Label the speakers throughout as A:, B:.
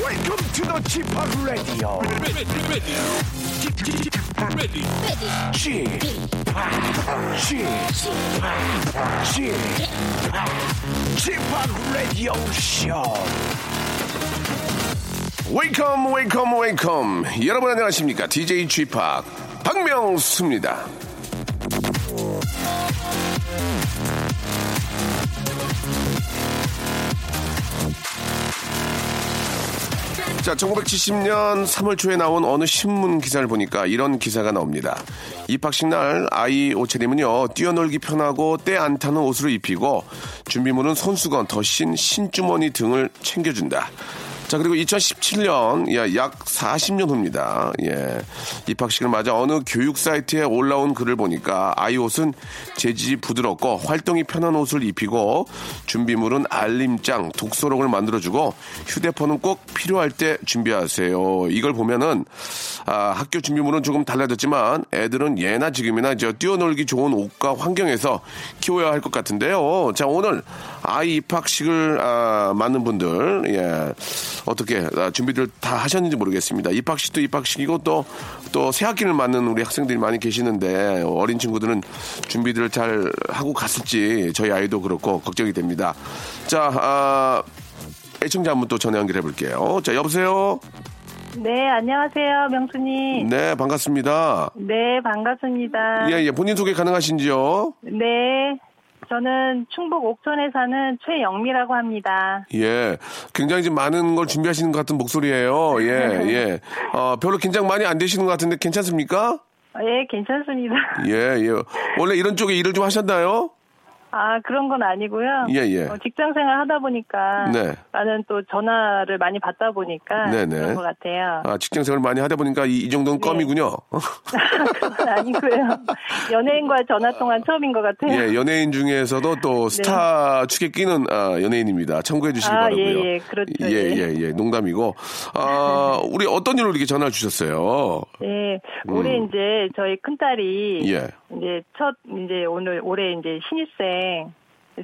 A: Welcome to the Chip Radio. Chip Chip Chip Radio Show.
B: 웨이컴 웨이컴 웨이컴 여러분 안녕하십니까 DJ g 팍 박명수입니다 자 1970년 3월 초에 나온 어느 신문 기사를 보니까 이런 기사가 나옵니다 입학식 날 아이 옷차림은요 뛰어놀기 편하고 때 안 타는 옷으로 입히고 준비물은 손수건 덧신 신주머니 등을 챙겨준다 자, 그리고 2017년, 야, 약 40년 후입니다. 예. 입학식을 맞아 어느 교육 사이트에 올라온 글을 보니까 아이 옷은 재질이 부드럽고 활동이 편한 옷을 입히고 준비물은 알림장, 독서록을 만들어주고 휴대폰은 꼭 필요할 때 준비하세요. 이걸 보면은 아, 학교 준비물은 조금 달라졌지만 애들은 예나 지금이나 저 뛰어놀기 좋은 옷과 환경에서 키워야 할 것 같은데요. 자, 오늘 아이 입학식을 아, 맞는 분들, 예. 어떻게 아, 준비들 다 하셨는지 모르겠습니다. 입학식도 입학식이고 또 또 새학기를 맞는 우리 학생들이 많이 계시는데 어린 친구들은 준비들을 잘 하고 갔을지 저희 아이도 그렇고 걱정이 됩니다. 자, 아, 애청자 한 분 또 전화 연결해 볼게요. 자, 여보세요.
C: 네, 안녕하세요, 명수님.
B: 네, 반갑습니다.
C: 네, 반갑습니다.
B: 음. 예, 예, 본인 소개 가능하신지요?
C: 네, 저는 충북 옥천에 사는 최영미라고 합니다.
B: 예, 굉장히 지금 많은 걸 준비하시는 것 같은 목소리예요. 예, 예. 어, 별로 긴장 많이 안 되시는 것 같은데 괜찮습니까?
C: 예, 괜찮습니다.
B: 예, 예. 원래 이런 쪽에 일을 좀 하셨나요?
C: 아, 그런 건 아니고요.
B: 예, 예.
C: 어, 직장 생활 하다 보니까.
B: 네.
C: 나는 또 전화를 많이 받다 보니까.
B: 네, 네.
C: 그런 것 같아요. 네.
B: 아, 직장 생활 많이 하다 보니까 이, 이 정도는 껌이군요.
C: 그건 아니고요. 연예인과 전화 통화 처음인 것 같아요.
B: 아. 예, 연예인 중에서도 또 스타 축에 끼는 아, 연예인입니다. 참고해 주시기
C: 네. 아,
B: 바라고요.
C: 예, 예, 그렇죠,
B: 예,
C: 예.
B: 예, 예. 농담이고. 아, 우리 어떤 일로 이렇게 전화를 주셨어요?
C: 네, 올해
B: 음.
C: 이제 저희 큰 딸이
B: 예.
C: 이제 첫 이제 오늘 올해 이제 신입생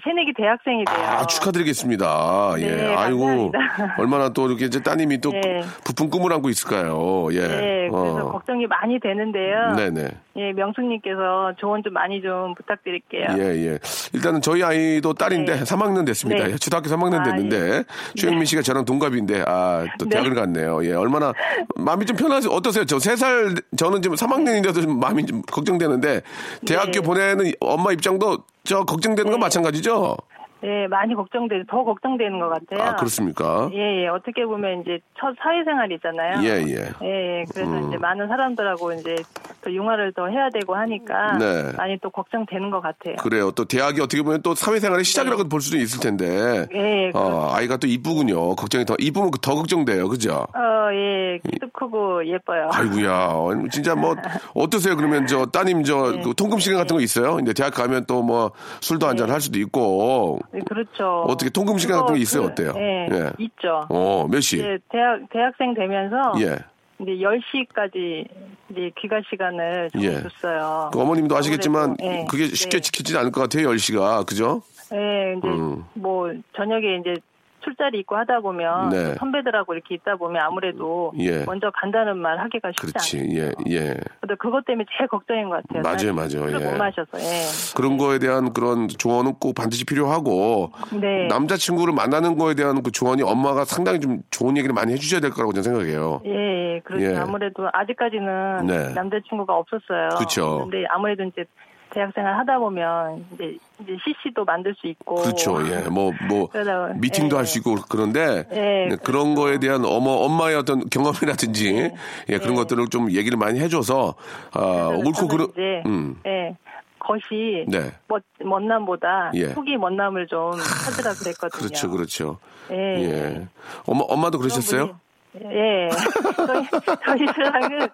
C: 새내기 대학생이 돼요.
B: 아, 축하드리겠습니다. 예.
C: 네,
B: 아이고,
C: 감사합니다.
B: 얼마나 또 이렇게 이제 따님이 또
C: 네.
B: 부푼 꿈을 안고 있을까요? 예.
C: 네, 그래서
B: 어.
C: 걱정이 많이 되는데요.
B: 네네.
C: 예, 명수님께서 조언 좀 많이 좀 부탁드릴게요.
B: 예, 예. 일단은 저희 아이도 딸인데
C: 네.
B: 3학년 됐습니다.
C: 네.
B: 예, 초등학교 3학년
C: 아,
B: 됐는데 최영민 씨가 저랑 동갑인데 아, 또
C: 네.
B: 대학을 갔네요. 예. 얼마나 마음이 좀 편하세요? 어떠세요? 저 3살 저는 지금 3학년인데도 좀 마음이 좀 걱정되는데 대학교
C: 네.
B: 보내는 엄마 입장도 저 걱정되는 건 마찬가지죠?
C: 네, 많이 걱정돼, 더 걱정되는 것 같아요.
B: 아, 그렇습니까?
C: 예, 예, 어떻게 보면 이제 첫 사회생활이잖아요.
B: 예, 예.
C: 예, 예. 그래서 이제 많은 사람들하고 이제 또 융화를 더 해야 되고 하니까
B: 네.
C: 많이 또 걱정되는 것 같아요.
B: 그래요. 또 대학이 어떻게 보면 또
C: 네.
B: 사회생활의 시작이라고 볼 수도 있을 텐데.
C: 예,
B: 어, 아이가 또 이쁘군요. 걱정이 더 이쁘면 더 걱정돼요. 그죠?
C: 어, 예, 키도 크고 예뻐요.
B: 아이고야, 어, 진짜 뭐 어떠세요? 그러면 저 따님 저
C: 네.
B: 그 통금 시간 같은 거 있어요? 근데 대학 가면 또 뭐 술도 한잔 할 수도 있고.
C: 네, 그렇죠.
B: 어떻게 통금 시간
C: 그거
B: 같은 게 있어요?
C: 그-
B: 어때요?
C: 예,
B: 예.
C: 있죠.
B: 어, 몇 시?
C: 이제 대학 대학생 되면서
B: 예.
C: 이제 10시까지 이제 귀가 시간을 좀
B: 예.
C: 줬어요.
B: 그 어머님도 아시겠지만
C: 아무래도, 예,
B: 그게 쉽게
C: 네.
B: 지켜지지 않을 것 같아요. 10시가. 그죠?
C: 예, 이제
B: 음.
C: 뭐 저녁에 이제 술자리 있고 하다 보면
B: 네.
C: 선배들하고 이렇게 있다 보면 아무래도
B: 예.
C: 먼저 간다는 말 하기가
B: 그렇지.
C: 쉽지 않아요.
B: 예, 예.
C: 근데 그것 때문에 제일 걱정인 것 같아요.
B: 맞아요,
C: 딸이
B: 맞아요.
C: 술을
B: 예.
C: 못 마셔서. 예.
B: 그런 거에 대한 그런 조언은 꼭 반드시 필요하고
C: 네.
B: 남자친구를 만나는 거에 대한 그 조언이 엄마가 상당히 좀 좋은 얘기를 많이 해주셔야 될 거라고 저는 생각해요.
C: 예, 예, 그렇죠.
B: 예.
C: 아무래도 아직까지는
B: 네.
C: 남자친구가 없었어요.
B: 그쵸.
C: 근데 아무래도 이제 대학생활 하다 보면 이제 이제 CC도 만들 수 있고.
B: 그렇죠. 예. 뭐, 뭐,
C: 그러다-
B: 미팅도
C: 예.
B: 할 수 있고 그런데
C: 예,
B: 네, 그런 거에 대한 어머, 엄마의 어떤 경험이라든지 예, 그런 것들을 좀 얘기를 많이 해줘서 아,
C: 네. 그래서
B: 옳고
C: 저는
B: 그른,
C: 이제
B: 음.
C: 예. 겉이
B: 네.
C: 멋, 멋남보다
B: 예.
C: 속이 멋남을 좀 찾으라 그랬거든요.
B: 그렇죠, 그렇죠.
C: 예.
B: 예. 엄마, 엄마도 그러셨어요?
C: 분이- 예. 저희, 저희 신랑은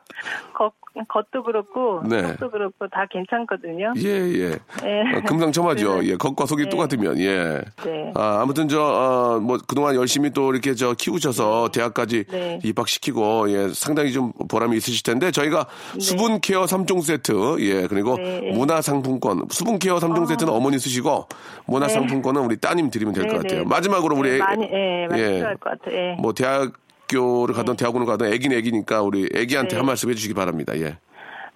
C: 겉, 겉도 그렇고
B: 네.
C: 속도 그렇고 다 괜찮거든요.
B: 예, 예.
C: 예.
B: 어, 금상첨화죠. 예, 겉과 속이 똑같으면, 예.
C: 네.
B: 아, 아무튼 저, 어, 뭐, 그동안 열심히 또 이렇게 저 키우셔서 대학까지
C: 네.
B: 입학시키고, 예, 상당히 좀 보람이 있으실 텐데, 저희가 수분 케어 삼종 세트, 예, 그리고
C: 네. 아.
B: 문화 상품권, 수분 케어 삼종 세트는 어머니 쓰시고, 문화 상품권은 우리 따님 드리면 될 것
C: 네,
B: 같아요.
C: 네.
B: 마지막으로 우리,
C: 예, 많이 예, 많이
B: 예.
C: 필요할 것 같아요. 네. 예.
B: 뭐, 대학교를 가든 대학원을 가든 애긴 애기니까 우리 애기한테 한 말씀 해주시기 바랍니다, 예.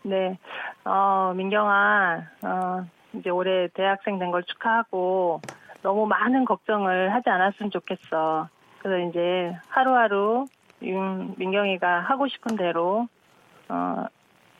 C: 네. 어, 민경아, 어, 이제 올해 대학생 된 걸 축하하고 너무 많은 걱정을 하지 않았으면 좋겠어. 그래서 이제 하루하루 음, 민경이가 하고 싶은 대로 어,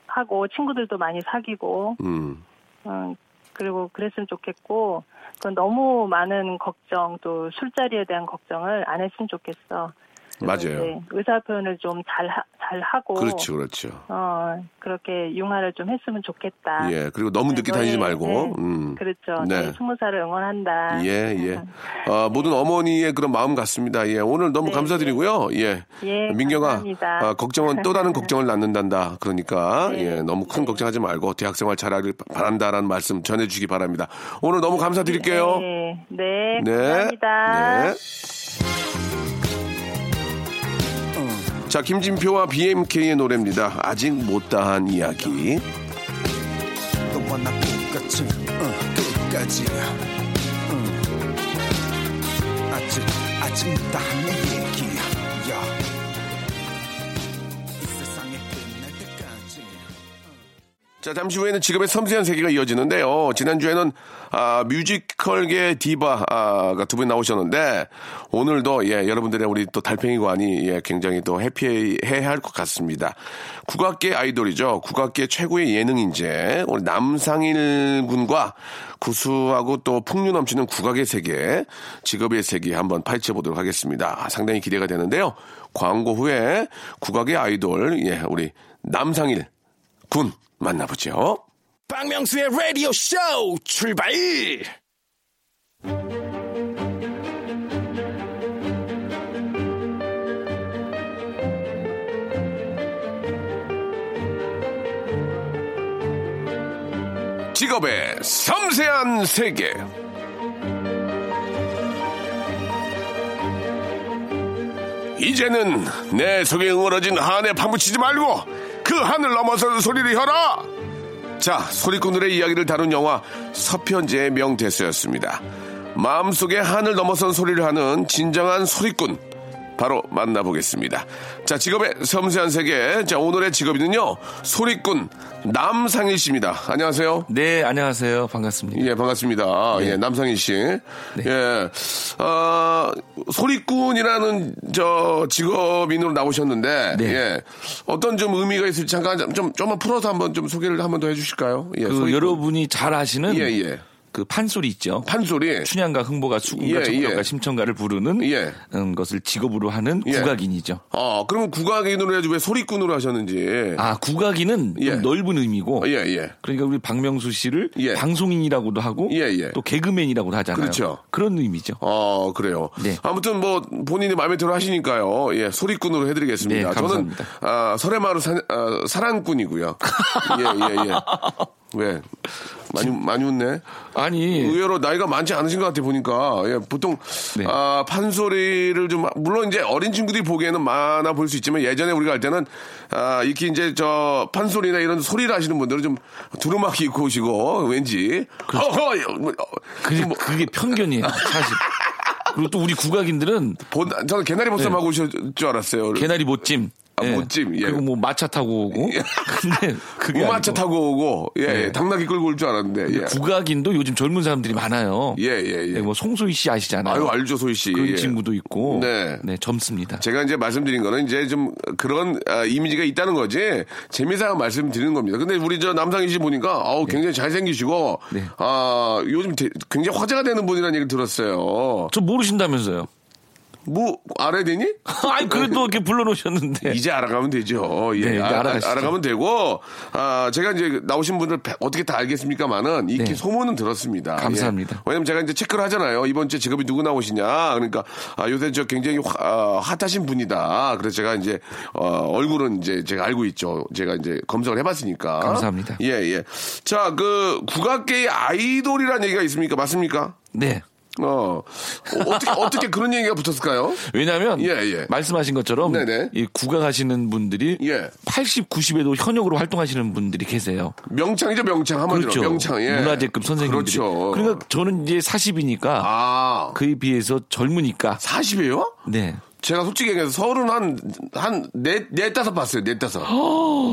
C: 하고 친구들도 많이 사귀고
B: 음,
C: 어, 그리고 그랬으면 좋겠고 또 너무 많은 걱정 또 술자리에 대한 걱정을 안 했으면 좋겠어. 그래서
B: 맞아요.
C: 이제 의사 표현을 좀 잘 잘 하고
B: 그렇죠, 그렇죠.
C: 어, 그렇게 융화를 좀 했으면 좋겠다.
B: 예, 그리고 너무 늦게
C: 네,
B: 다니지
C: 네,
B: 말고.
C: 네.
B: 음.
C: 그렇죠.
B: 네.
C: 네. 스무 살을 응원한다.
B: 예, 예. 아, 모든 어머니의 그런 마음 같습니다. 예, 오늘
C: 네.
B: 너무 감사드리고요. 예.
C: 예,
B: 민경아,
C: 감사합니다.
B: 아, 걱정은 또 다른 걱정을 낳는단다. 그러니까,
C: 네.
B: 예, 너무 큰 걱정하지 말고 대학생활 잘하길 바란다라는 말씀 전해주시기 바랍니다. 오늘 너무 감사드릴게요.
C: 네, 네, 감사합니다.
B: 어? 네. 자, 김진표와 BMK의 노래입니다. 아직 못다한 이야기.
A: 너와 나 똑같이 응, 끝까지 응. 아직 아직 다한 얘기야 야. 이 세상이 끝날 때까지
B: 자, 잠시 후에는 직업의 섬세한 세계가 이어지는데요. 지난주에는 아, 뮤지컬계 디바가 두 분 나오셨는데 오늘도 예, 여러분들의 우리 또 달팽이관이 예, 굉장히 또 해피해야 할 것 같습니다. 국악계 아이돌이죠. 국악계 최고의 예능인재 우리 남상일 군과 구수하고 또 풍류 넘치는 국악의 세계, 직업의 세계 한번 파헤쳐 보도록 하겠습니다. 아, 상당히 기대가 되는데요. 광고 후에 국악의 아이돌 예, 우리 남상일 군 만나보죠.
A: 박명수의 라디오 쇼 출발!
B: 직업의 섬세한 세계. 이제는 내 속에 응어러진 한에 파묻히지 말고 그 한을 넘어선 소리를 혀라. 자, 소리꾼들의 이야기를 다룬 영화 서편제의 명대사였습니다. 마음속에 한을 넘어선 소리를 하는 진정한 소리꾼. 바로 만나보겠습니다. 자, 직업의 섬세한 세계. 자, 오늘의 직업인은요, 소리꾼 남상일 씨입니다. 안녕하세요.
D: 네, 안녕하세요. 반갑습니다.
B: 예, 반갑습니다.
D: 네.
B: 예, 남상희 씨. 예. 아, 소리꾼이라는 저 직업인으로 나오셨는데
D: 네.
B: 예. 어떤 좀 의미가 있을지 잠깐 좀- 좀 좀만 풀어서 한번 좀 소개를 한번 더해 주실까요? 예.
D: 그
B: 소리꾼.
D: 여러분이 잘 아시는
B: 예, 예.
D: 그 판소리 있죠.
B: 판소리.
D: 춘향과 흥보가 수군과
B: 예,
D: 청가가
B: 예.
D: 심청가를 부르는
B: 예.
D: 음, 것을 직업으로 하는
B: 예.
D: 국악인이죠.
B: 어, 그러면 국악인으로 해야지 왜 소리꾼으로 하셨는지.
D: 아, 국악인은 좀
B: 예.
D: 넓은 의미고
B: 예, 예.
D: 그러니까 우리 박명수 씨를
B: 예.
D: 방송인이라고도 하고
B: 예, 예.
D: 또 개그맨이라고도 하잖아요.
B: 그렇죠.
D: 런 의미죠.
B: 어, 그래요.
D: 네.
B: 아무튼 뭐 본인이 마음에 들어 하시니까요. 예, 소리꾼으로 해드리겠습니다.
D: 네, 감사합니다.
B: 저는 아, 설해마루 사, 아, 사랑꾼이고요. 예, 예, 예. 왜 많이 많이 웃네.
D: 아니
B: 의외로 나이가 많지 않으신 것 같아 보니까 예, 보통
D: 네.
B: 아, 판소리를 좀 물론 이제 어린 친구들이 보기에는 많아 보일 수 있지만 예전에 우리가 할 때는 아, 이렇게 이제 저 판소리나 이런 소리를 하시는 분들은 좀 두루마기 입고 오시고 왠지 어허, 예, 뭐, 어,
D: 그렇죠. 그,
B: 좀 뭐-
D: 그게 편견이에요. 사실. 그리고 또 우리 국악인들은
B: 본, 저는 개나리 보쌈 하고 오실 줄 알았어요.
D: 네. 개나리 못찜.
B: 아, 못찜, 예. 뭐
D: 그리고 뭐 마차 타고 오고. 근데 그게
B: 우마차
D: 아니고. 네.
B: 타고 오고, 예, 예, 당나귀 끌고 올 줄 알았는데, 예.
D: 국악인도 요즘 젊은 사람들이 많아요.
B: 예, 예, 예.
D: 네, 뭐 송소희 씨 아시잖아요.
B: 아유, 알죠, 소희 씨.
D: 그런
B: 예.
D: 친구도 있고.
B: 네.
D: 네. 젊습니다.
B: 제가 이제 말씀드린 거는 이제 좀 그런 아, 이미지가 있다는 거지 재미삼아 말씀드리는 겁니다. 근데 우리 저 남상희 씨 보니까 어우 굉장히 잘생기시고
D: 네.
B: 아 요즘 대- 굉장히 화제가 되는 분이라는 얘기를 들었어요.
D: 저 모르신다면서요.
B: 뭐 알아야 되니?
D: 아니 그래도 이렇게 불러놓으셨는데.
B: 이제 알아가면 되죠. 예,
D: 예. 네, 이제
B: 아,
D: 알아가시죠.
B: 가면 되고 아 제가 이제 나오신 분들 배- 어떻게 다 알겠습니까만은 이렇게
D: 네.
B: 소문은 들었습니다.
D: 감사합니다.
B: 예. 왜냐면 제가 이제 체크를 하잖아요. 이번 주에 직업이 누구 나오시냐. 그러니까 아, 요새 저 굉장히 화- 아, 핫하신 분이다. 그래서 제가 이제 어, 얼굴은 이제 제가 알고 있죠. 제가 이제 검색을 해봤으니까.
D: 감사합니다.
B: 예 예. 자 그 국악계의 아이돌이라는 얘기가 있습니까? 맞습니까?
D: 네.
B: 어, 어, 어떻게 어떻게 그런 얘기가 붙었을까요?
D: 왜냐하면
B: 예, 예.
D: 말씀하신 것처럼
B: 네네.
D: 이 국악하시는 분들이
B: 예.
D: 80, 90에도 현역으로 활동하시는 분들이 계세요.
B: 명창이죠, 명창 한마디로
D: 그렇죠.
B: 명창. 예.
D: 문화재급 선생님들이.
B: 그렇죠.
D: 그러니까 저는 이제 40이니까
B: 아,
D: 그에 비해서 젊으니까
B: 40이에요?
D: 네.
B: 제가 솔직히 얘기해서 서울은 한, 한, 넷, 넷 다섯 봤어요, 넷 다섯.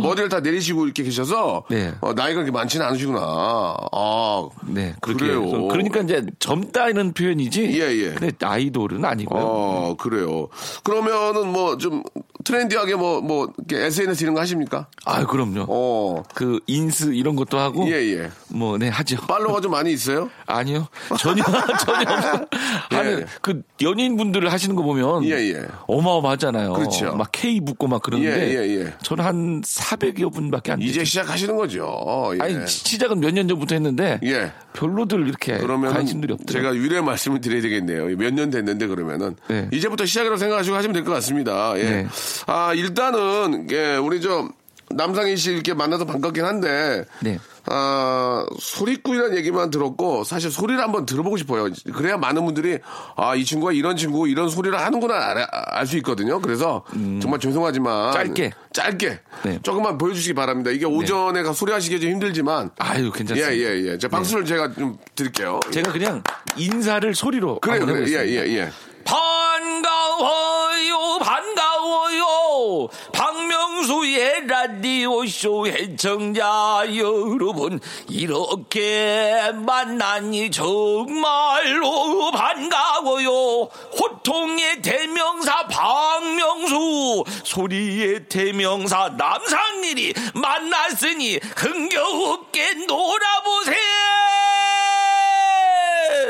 B: 머리를 다 내리시고 이렇게 계셔서,
D: 네.
B: 어, 나이가 그렇게 많지는 않으시구나. 아,
D: 네, 그렇게
B: 래요
D: 해서 그러니까 이제 젊다는 표현이지.
B: 예, 예.
D: 근데 아이돌은 아니고요.
B: 어, 그래요. 그러면은 뭐 좀 트렌디하게 뭐, 뭐, 이렇게 SNS 이런 거 하십니까?
D: 아, 그럼요.
B: 어,
D: 그 인스 이런 것도 하고
B: 예, 예.
D: 뭐 네 하죠.
B: 팔로워가 좀 많이 있어요?
D: 아니요 전혀 전혀 없어요. 아니
B: 예.
D: 그 연예인분들 하시는 거 보면
B: 예, 예.
D: 어마어마하잖아요.
B: 그렇죠.
D: 막 K 붙고 막 그러는데
B: 예, 예, 예.
D: 저는 한 400여 분밖에 안 돼요.
B: 이제 시작하시는 거죠. 어, 예.
D: 예, 아니 시- 시작은 몇 년 전부터 했는데
B: 예.
D: 별로들 이렇게
B: 그러면
D: 관심들이 없더라고요.
B: 제가 유례 말씀을 드려야 되겠네요. 몇 년 됐는데 그러면은
D: 네.
B: 이제부터 시작이라고 생각하시고 하시면 될 것 같습니다. 예.
D: 네.
B: 아 일단은 예, 우리 저 남상희 씨 이렇게 만나서 반갑긴 한데
D: 네.
B: 아 소리꾼이라는 얘기만 들었고 사실 소리를 한번 들어보고 싶어요. 그래야 많은 분들이 아 이 친구가 이런 친구 이런 소리를 하는구나 알 수 있거든요. 그래서 정말 죄송하지만
D: 음. 짧게.
B: 짧게
D: 네.
B: 조금만 보여주시기 바랍니다. 이게 오전에 가 소리하시기 좀 힘들지만
D: 아유 괜찮습니다.
B: 예, 예, 예. 자, 박수를 제가 좀 드릴게요.
D: 네.
B: 예.
D: 제가 그냥 인사를 소리로
B: 그래요,
D: 한번
B: 그래요. 예, 예,
D: 해보겠습니다.
B: 예.
D: 반가워요, 반가워요. 박명수의 라디오쇼 해청자 여러분, 이렇게 만나니 정말로 반가워요. 호통의 대명사 박명수, 소리의 대명사 남상일이 만났으니 흥겨웠게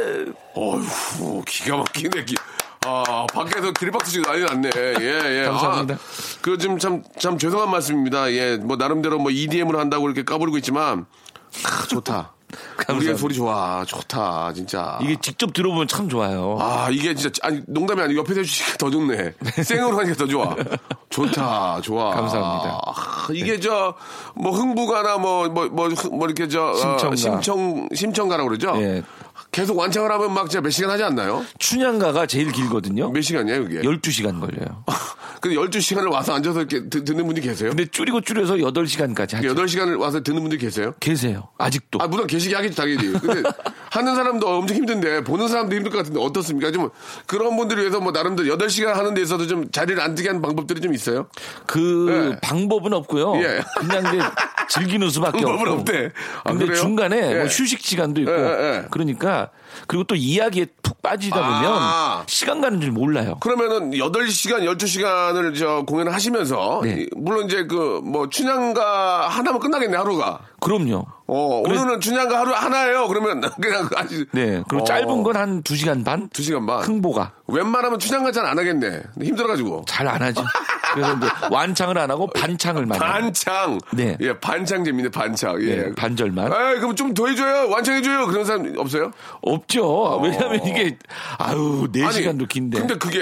D: 놀아보세요.
B: 어휴, 기가 막히네. 기... 아, 밖에서 기립박수 지금 난리 났네. 예, 예.
D: 감사합니다.
B: 아, 그, 지금 참, 참 죄송한 말씀입니다. 예, 뭐, 나름대로 뭐, EDM을 한다고 이렇게 까불고 있지만, 아, 좋다. 우리의 소리 좋아. 좋다, 진짜.
D: 이게 직접 들어보면 참 좋아요.
B: 아, 이게 진짜, 아니, 농담이 아니고 옆에서 해주시니까 더 좋네. 생으로 하니까 더 좋아. 좋다, 좋아.
D: 감사합니다. 네.
B: 아, 이게 저, 뭐, 흥부가나 뭐, 뭐, 뭐, 흥- 뭐 이렇게 저,
D: 심청가.
B: 어, 심청, 심청가라고 그러죠?
D: 예.
B: 계속 완창을 하면 막 진짜 몇 시간 하지 않나요?
D: 춘향가가 제일 길거든요.
B: 몇 시간이에요, 이게?
D: 12시간 걸려요.
B: 근데 12시간을 와서 앉아서 이렇게 드- 듣는 분이 계세요?
D: 근데 줄이고 줄여서 8시간까지 하죠.
B: 8시간을 와서 듣는 분들 계세요?
D: 계세요. 아직도.
B: 아, 물론 계시게 하겠지, 당연히. 근데 하는 사람도 엄청 힘든데, 보는 사람도 힘들 것 같은데, 어떻습니까? 좀, 그런 분들을 위해서 뭐, 나름대로 8시간 하는 데 있어서 좀 자리를 안 뜨게 하는 방법들이 좀 있어요?
D: 그
B: 예.
D: 방법은 없고요.
B: 예.
D: 그냥 이제 즐기는 수밖에
B: 방법은
D: 없고.
B: 없대. 아,
D: 근데
B: 그래요?
D: 중간에
B: 예.
D: 뭐 휴식 시간도 있고.
B: 예, 예, 예.
D: 그러니까 그리고 또 이야기에 푹 빠지다 보면
B: 아.
D: 시간 가는 줄 몰라요.
B: 그러면은 8시간, 12시간을 저 공연을 하시면서
D: 네.
B: 이- 물론 이제 그 뭐 춘향가 하나면 끝나겠네 하루가.
D: 그럼요.
B: 어,
D: 그래-
B: 오늘은 춘향가 하루 하나예요. 그러면 그냥 아주
D: 네. 그리고
B: 어,
D: 짧은 건 한 2시간 반?
B: 두 시간 반.
D: 흥보가
B: 웬만하면 춘향가 잘 안 하겠네. 힘들어 가지고.
D: 잘 안 하죠. 그래서 이제 완창을 안 하고 반창을 많이 해요.
B: 반창.
D: 네.
B: 예, 반창 재밌네. 반창. 예.
D: 네, 반절만.
B: 에이, 그럼 좀 더해 줘요. 완창해 줘요. 그런 사람 없어요?
D: 없죠. 왜냐하면 이게 아유 4 시간도 긴데.
B: 근데 그게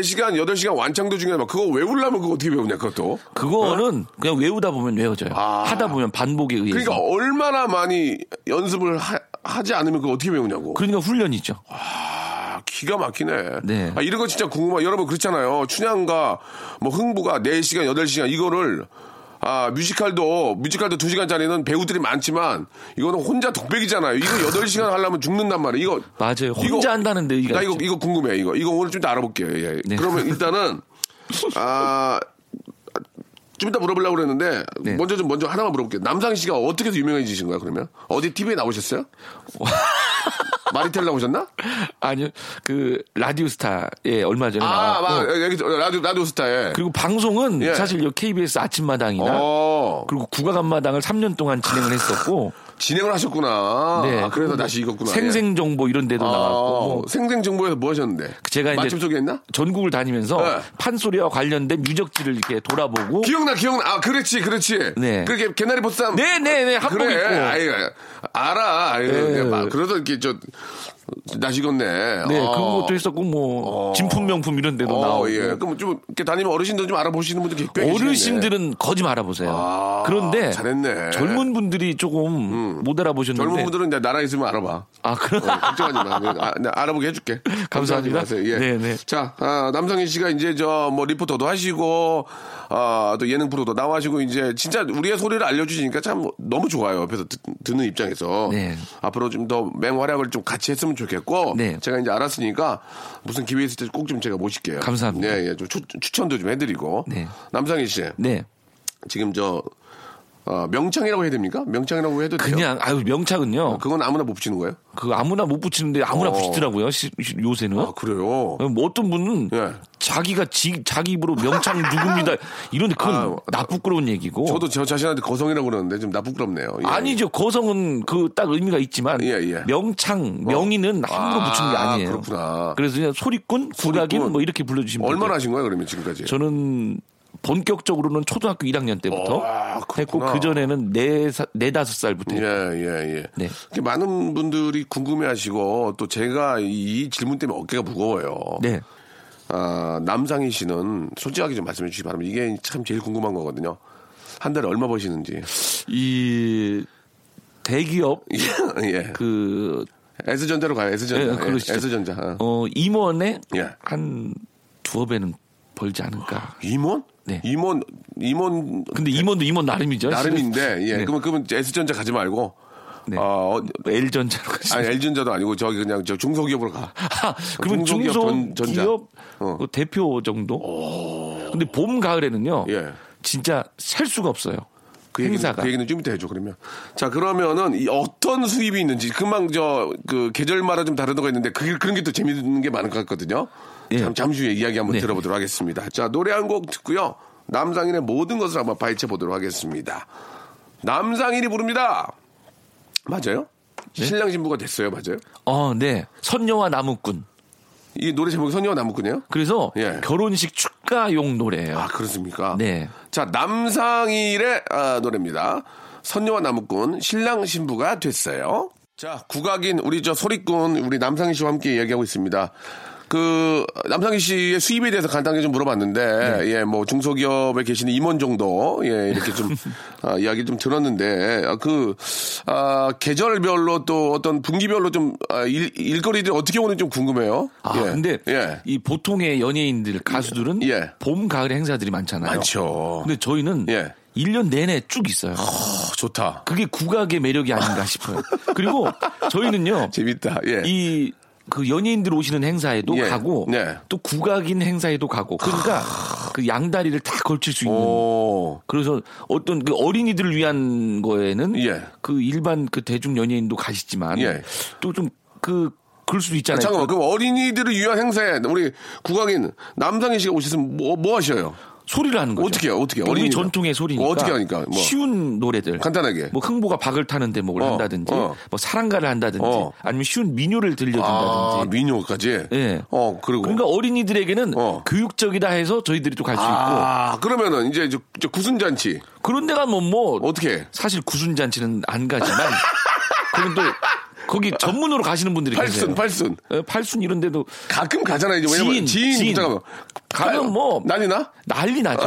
B: 4시간, 8시간 완창도 중요하지만 그거 외우려면 그거 어떻게 배우냐, 그것도.
D: 그거는 그냥 외우다 보면 외워져요.
B: 아.
D: 하다 보면 반복에 의해서.
B: 그러니까
D: 그러니까,
B: 얼마나 많이 연습을 하, 하지 않으면 그걸 어떻게
D: 그러니까
B: 배우냐고.
D: 훈련이죠.
B: 아, 기가 막히네.
D: 네.
B: 아, 이런 거 진짜 궁금한. 여러분 그렇잖아요. 춘향과 뭐 흥부가 4시간, 8시간 이거를 아, 뮤지컬도 뮤지컬도 2시간짜리는 배우들이 많지만 이거는 혼자 독백이잖아요. 이거 8시간 하려면 죽는단 말이에요. 이거
D: 맞아요. 혼자
B: 이거-
D: 한다는데 이거.
B: 나 이거 이거 궁금해. 이거 이거 오늘 좀 더 알아볼게요. 예.
D: 네.
B: 그러면 일단은 아, 좀 이따 물어보려고 그랬는데
D: 네.
B: 먼저 좀 먼저 하나만 물어볼게요. 남상 씨가 어떻게 해서 유명해지신 거야 그러면? 어디 TV에 나오셨어요? 마리텔 나오셨나?
D: 아니요. 그 라디오스타에 얼마 전에
B: 아,
D: 나왔고.
B: 막 여기 라디오 라디오 스타에.
D: 그리고 방송은
B: 예.
D: 사실 요 KBS 아침마당이나
B: 어.
D: 그리고 국악한마당을 3년 동안 진행을 했었고
B: 진행을 하셨구나. 아, 그래서
D: 뭐
B: 다시 익었구나. 예.
D: 생생정보 이런 데도
B: 아,
D: 나왔고. 뭐
B: 생생 정보에서 뭐 하셨는데?
D: 제가 이제
B: 맛집 소개했나?
D: 전국을 다니면서
B: 네.
D: 판소리와 관련된 유적지를 이렇게 돌아보고.
B: 기억나, 기억나. 아, 그렇지, 그렇지.
D: 네.
B: 그렇게 개나리 보쌈.
D: 네네네 한복
B: 그래.
D: 입고.
B: 아이, 예, 알아. 아이, 그냥 막 그래서 이렇게 저, 나 식었네. 어.
D: 네 그런 것도 있었고 뭐 진품 명품 이런 데도 나오고.
B: 아. 예. 그럼 좀 이렇게 다니면 어르신들 좀 알아보시는 분들 꽤 계시겠네.
D: 어르신들은 거짓 알아보세요.
B: 아,
D: 그런데
B: 잘했네. 음.
D: 젊은 분들이 조금 못 알아보셨는데.
B: 젊은 분들은 이제 나라 있으면 알아봐.
D: 아 그런.
B: 어, 걱정하지 마. 내가 아, 내가 알아보게 해줄게. 걱정하지
D: 감사합니다.
B: 마세요. 예.
D: 네, 네.
B: 자, 아, 남성희 씨가 이제 저 뭐 리포터도 하시고, 아, 또 예능 프로도 나와시고, 이제 진짜 우리의 소리를 알려주시니까 참 너무 좋아요. 옆에서 듣, 는 입장에서.
D: 네.
B: 앞으로 좀 더 맹활약을 좀 같이 했으면 좋겠고,
D: 네.
B: 제가 이제 알았으니까 무슨 기회 있을 때 꼭 좀 제가 모실게요.
D: 감사합니다.
B: 예, 예. 좀 추, 추천도 좀 해드리고.
D: 네.
B: 남성희 씨,
D: 네.
B: 지금 저, 어, 명창이라고 해야 됩니까? 명창이라고 해도 돼요?
D: 그냥 아유 명창은요.
B: 그건 아무나 못 붙이는 거예요?
D: 그 아무나 못 붙이는데 아무나 붙이더라고요. 시- 시- 요새는.
B: 어. 아, 그래요?
D: 뭐 어떤 분은
B: 예.
D: 자기가 지, 자기 입으로 명창 누굽니다 이런데 그건
B: 아유,
D: 나 부끄러운 얘기고.
B: 저도 저 자신한테 거성이라고 그러는데 좀 나 부끄럽네요. 예.
D: 아니죠. 거성은 그 딱 의미가 있지만
B: 예, 예.
D: 명창, 명의는 함부로
B: 아,
D: 붙이는 게 아니에요.
B: 그렇구나.
D: 래서 그냥 소리꾼, 구각인 뭐 이렇게 불러주시면
B: 얼마나
D: 돼요.
B: 하신 거예요, 그러면 지금까지?
D: 저는 본격적으로는 초등학교 1학년 때부터
B: 와, 아, 그렇구나.
D: 했고 그 전에는 네 사- 네 다섯 살부터
B: 예,
D: 했고.
B: 예, 예.
D: 네.
B: 이렇게 많은 분들이 궁금해 하시고 또 제가 이, 이 질문 때문에 어깨가 무거워요.
D: 네.
B: 아, 남상희 씨는 솔직하게 좀 말씀해 주시기 바랍니다. 이게 참 제일 궁금한 거거든요. 한 달에 얼마 버시는지.
D: 이 대기업
B: 예, 예.
D: 그
B: S전자로 가요, S전자.
D: 예, 그러시죠.
B: S전자. 어.
D: 어, 임원의
B: 예.
D: 한 두어 배는 벌지 않을까.
B: 임원?
D: 네.
B: 임원, 임원
D: 근데 임원도 임원 나름이죠.
B: 네. 나름인데, 예.
D: 네.
B: 그러면, 그러면 S전자 가지 말고,
D: 네.
B: 어,
D: L전자로 가시
B: 아니 LG전자도 아니고 저기 그냥 저 중소기업으로 가.
D: 아, 그러면
B: 중소기업 전-
D: 중소기업
B: 전자. 어.
D: 그 대표 정도? 근데 봄, 가을에는요.
B: 예.
D: 진짜 셀 수가 없어요.
B: 그 얘기는,
D: 행사가.
B: 그 얘기는 좀 이따 해줘 그러면. 자 그러면은 이 어떤 수입이 있는지 금방 저 그 계절마다 좀 다른 거가 있는데 그, 그런 게 또 재밌는 게 많을 것 같거든요.
D: 예.
B: 잠, 잠시 후에 이야기 한번
D: 네.
B: 들어보도록 하겠습니다. 자 노래 한 곡 듣고요. 남상인의 모든 것을 한번 파헤쳐 보도록 하겠습니다. 남상인이 부릅니다. 맞아요?
D: 네.
B: 신랑 신부가 됐어요, 맞아요?
D: 어, 네. 선녀와 나무꾼.
B: 이 노래 제목이 선녀와 나무꾼이에요?
D: 그래서
B: 예.
D: 결혼식 축가용 노래예요.
B: 아 그렇습니까?
D: 네.
B: 자 남상일의 아, 노래입니다. 선녀와 나무꾼 신랑 신부가 됐어요. 자 국악인 우리 저 소리꾼 우리 남상일 씨와 함께 이야기하고 있습니다. 그 남상일 씨의 수입에 대해서 간단하게 좀
D: 네.
B: 물어봤는데 예 뭐 중소기업에 계시는 임원 정도 예 이렇게 좀 아, 이야기 좀 들었는데 아, 그 아, 계절별로 또 어떤 분기별로 좀 아, 일, 일거리들이 어떻게 오는지 좀 궁금해요.
D: 아,
B: 예.
D: 근데
B: 예
D: 이 보통의 연예인들, 가수들은
B: 예.
D: 봄, 가을에 행사들이 많잖아요.
B: 많죠.
D: 근데 저희는
B: 예.
D: 1년 내내 쭉 있어요.
B: 어, 좋다.
D: 그게 국악의 매력이 아닌가 싶어요. 그리고 저희는요.
B: 재밌다. 예.
D: 이 그 연예인들 오시는 행사에도
B: 예.
D: 가고
B: 네. 아.
D: 또 국악인 행사에도 가고 그러니까 그 양다리를 다 걸칠
B: 음.
D: 수 있는
B: 오.
D: 그래서 어떤 그 어린이들을 위한 거에는
B: 예.
D: 그 일반 그 대중 연예인도 가시지만
B: 예.
D: 또 좀 그 그럴 수도 있잖아요.
B: 잠깐만, 그럼 어린이들을 위한 행사에 우리 국악인 남상희 씨가 오셨으면 뭐, 뭐 하셔요?
D: 소리를 하는 거죠.
B: 어떻게 해요? 어떻게 해요?
D: 우리
B: 어린이가.
D: 전통의 소리니까
B: 뭐 어떻게 하니까? 뭐.
D: 쉬운 노래들
B: 간단하게.
D: 뭐 흥보가 박을 타는 대목을
B: 어,
D: 한다든지
B: 어.
D: 뭐 사랑가를 한다든지
B: 어.
D: 아니면 쉬운 민요를
B: 아,
D: 들려준다든지
B: 민요까지?
D: 네, 예.
B: 어, 그리고.
D: 그러니까 어린이들에게는
B: 어.
D: 교육적이다 해서 저희들이 또 갈 수 있고
B: 아, 그러면은 이제 저, 저 구순잔치.
D: 그런 데가 뭐 뭐
B: 어떻게 해?
D: 사실 구순잔치는 안 가지만 그런 또 거기 전문으로 가시는 분들이
B: 팔순,
D: 계세요.
B: 팔순.
D: 예, 팔순 이런 데도
B: 가끔 가잖아요, 이제. 왜냐면
D: 지인,
B: 지인,
D: 지인.
B: 잠깐만.
D: 가면 뭐-
B: 난리나?
D: 난리 나죠.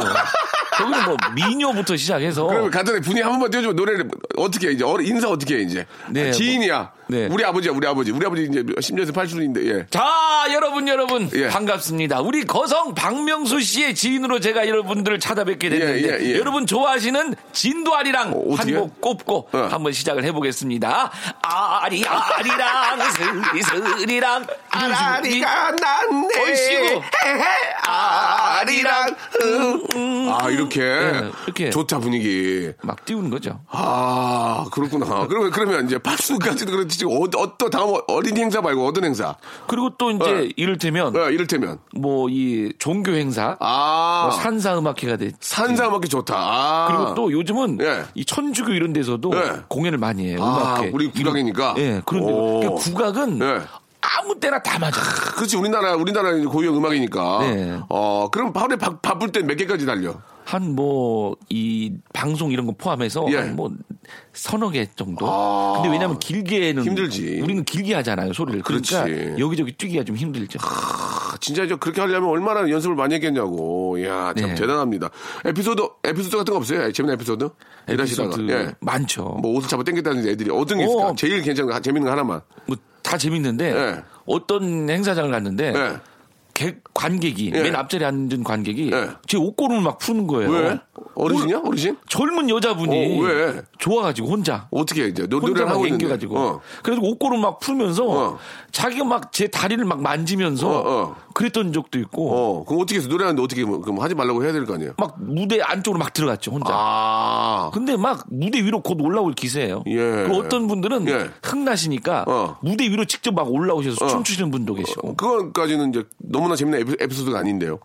D: 거기는 뭐 미녀부터 시작해서
B: 그러면 가전에 분위기 한 번만 띄워주면 노래를 어떻게 해, 이제. 어른- 인사 어떻게 해, 이제. 아,
D: 네,
B: 지인이야.
D: 뭐- 네.
B: 우리 아버지야, 우리 아버지. 우리 아버지 이제 심지어서 팔순인데, 예.
D: 자, 여러분, 여러분.
B: 예.
D: 반갑습니다. 우리 거성 박명수 씨의 지인으로 제가 여러분들을 찾아뵙게 됐는데,
B: 예, 예, 예.
D: 여러분 좋아하시는 진도아리랑
B: 어, 어떻게?
D: 한곡 꼽고
B: 어.
D: 한번 시작을 해보겠습니다. 아리, 아리랑, 스리, 스리랑, 아라리가.
B: 난네
D: 어이씨구.
B: 아리랑 음. 아 이렇게.
D: 예, 이렇게.
B: 좋다, 분위기.
D: 막 띄우는 거죠.
B: 아, 그렇구나. 그러면, 그러면 이제 팝송까지도 그렇지. 지금 어, 어떤, 다음 어린이 행사 말고 어떤 행사?
D: 그리고 또 이제
B: 예.
D: 이를테면
B: 어, 이를테면.
D: 뭐 이 종교 행사,
B: 아.
D: 뭐 산사 음악회가 됐.
B: 산사 음악기 좋다. 아.
D: 그리고 또 요즘은
B: 예.
D: 이 천주교 이런 데서도
B: 예.
D: 공연을 많이 해요.
B: 아,
D: 음악회.
B: 우리 국악이니까.
D: 이런- 예, 그런데
B: 오.
D: 그러니까 국악은
B: 예.
D: 아무 때나 다 맞아.
B: 그렇지 우리나라 우리나라 고유형 음악이니까.
D: 네.
B: 어 그럼 하루에 바, 바쁠 때 몇 개까지 달려?
D: 한 뭐 이 방송 이런 거 포함해서
B: 예.
D: 한뭐 서너 개 정도.
B: 아.
D: 근데 왜냐면 길게는
B: 힘들지.
D: 우리는 길게 하잖아요 소리를. 그러니까
B: 그렇지.
D: 여기저기 뛰기가 좀 힘들죠.
B: 아, 진짜 저 그렇게 하려면 얼마나 연습을 많이 했겠냐고. 이야 참
D: 네.
B: 대단합니다. 에피소드 에피소드 같은 거 없어요? 재밌는 에피소드? 일하시다가.
D: 에피소드
B: 예.
D: 많죠.
B: 뭐 옷을 잡아 당겼다는 애들이 어떤 게 있을까?
D: 어.
B: 제일 괜찮은 거, 재밌는 거 하나만.
D: 뭐 다 재밌는데
B: 예.
D: 어떤 행사장을 갔는데
B: 예.
D: 객- 관객이
B: 예.
D: 맨 앞자리에 앉은 관객이
B: 예.
D: 제 옷걸음을 막 푸는 거예요.
B: 왜? 어르신이야? 어르신?
D: 젊은 여자분이
B: 어, 왜?
D: 좋아가지고 혼자
B: 어떻게 해, 이제 노,
D: 혼자
B: 노래를
D: 막
B: 하고 있는데.
D: 앵겨가지고
B: 어.
D: 그래서 옷걸음 막 풀면서
B: 어.
D: 자기가 막 제 다리를 막 만지면서
B: 어, 어.
D: 그랬던 적도 있고
B: 어, 그럼 어떻게 해서 노래하는데 어떻게 뭐, 그럼 하지 말라고 해야 될 거 아니에요?
D: 막 무대 안쪽으로 막 들어갔죠 혼자.
B: 아.
D: 근데 막 무대 위로 곧 올라올 기세예요.
B: 예.
D: 그리고 어떤 분들은
B: 예.
D: 흥나시니까
B: 어.
D: 무대 위로 직접 막 올라오셔서 춤추시는 분도 계시고.
B: 그거까지는 이제 너무나 재밌는 에피- 에피소드가 아닌데요.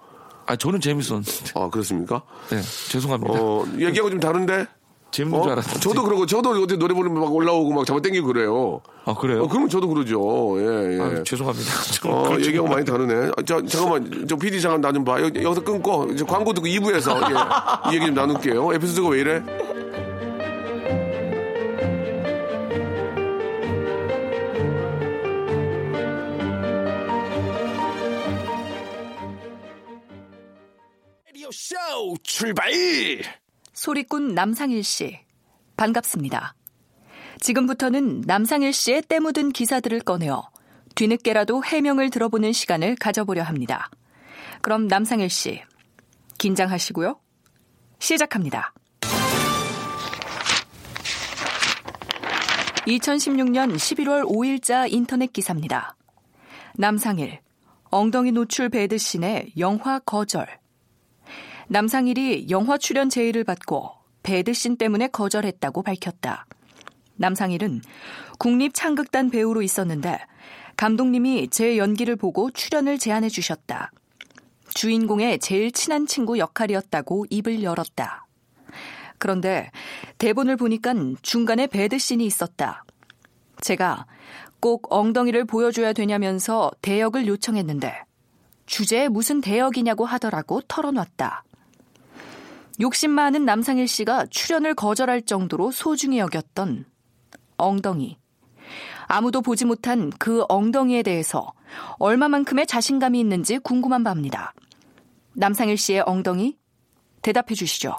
D: 아 저는 재밌었는데.
B: 아, 그렇습니까?
D: 네, 죄송합니다.
B: 어, 얘기하고 좀 다른데?
D: 재밌는
B: 어?
D: 줄 알았는데.
B: 저도 그러고, 저도 어디 노래 부르면 막 올라오고 막 잡아당기고 그래요.
D: 아 그래요?
B: 어, 그러면 저도 그러죠. 예, 예.
D: 아, 죄송합니다. 좀
B: 어,
D: 그렇죠.
B: 얘기하고 많이 다르네. 아, 자, 잠깐만, 저 PD 잠깐 나 좀 봐. 여, 기서 끊고, 이제 광고 듣고 2부에서 예, 이 얘기 좀 나눌게요. 에피소드가 왜 이래?
A: 라디오 쇼 출발!
E: 소리꾼 남상일 씨. 반갑습니다. 지금부터는 남상일 씨의 때 묻은 기사들을 꺼내어 뒤늦게라도 해명을 들어보는 시간을 가져보려 합니다. 그럼 남상일 씨, 긴장하시고요. 시작합니다. 2016년 11월 5일자 인터넷 기사입니다. 남상일, 엉덩이 노출 배드 씬의 영화 거절. 남상일이 영화 출연 제의를 받고 배드신 때문에 거절했다고 밝혔다. 남상일은 국립창극단 배우로 있었는데 감독님이 제 연기를 보고 출연을 제안해 주셨다. 주인공의 제일 친한 친구 역할이었다고 입을 열었다. 그런데 대본을 보니깐 중간에 배드신이 있었다. 제가 꼭 엉덩이를 보여줘야 되냐면서 대역을 요청했는데 주제에 무슨 대역이냐고 하더라고 털어놨다. 욕심 많은 남상일 씨가 출연을 거절할 정도로 소중히 여겼던 엉덩이. 아무도 보지 못한 그 엉덩이에 대해서 얼마만큼의 자신감이 있는지 궁금한 바입니다. 남상일 씨의 엉덩이 대답해 주시죠.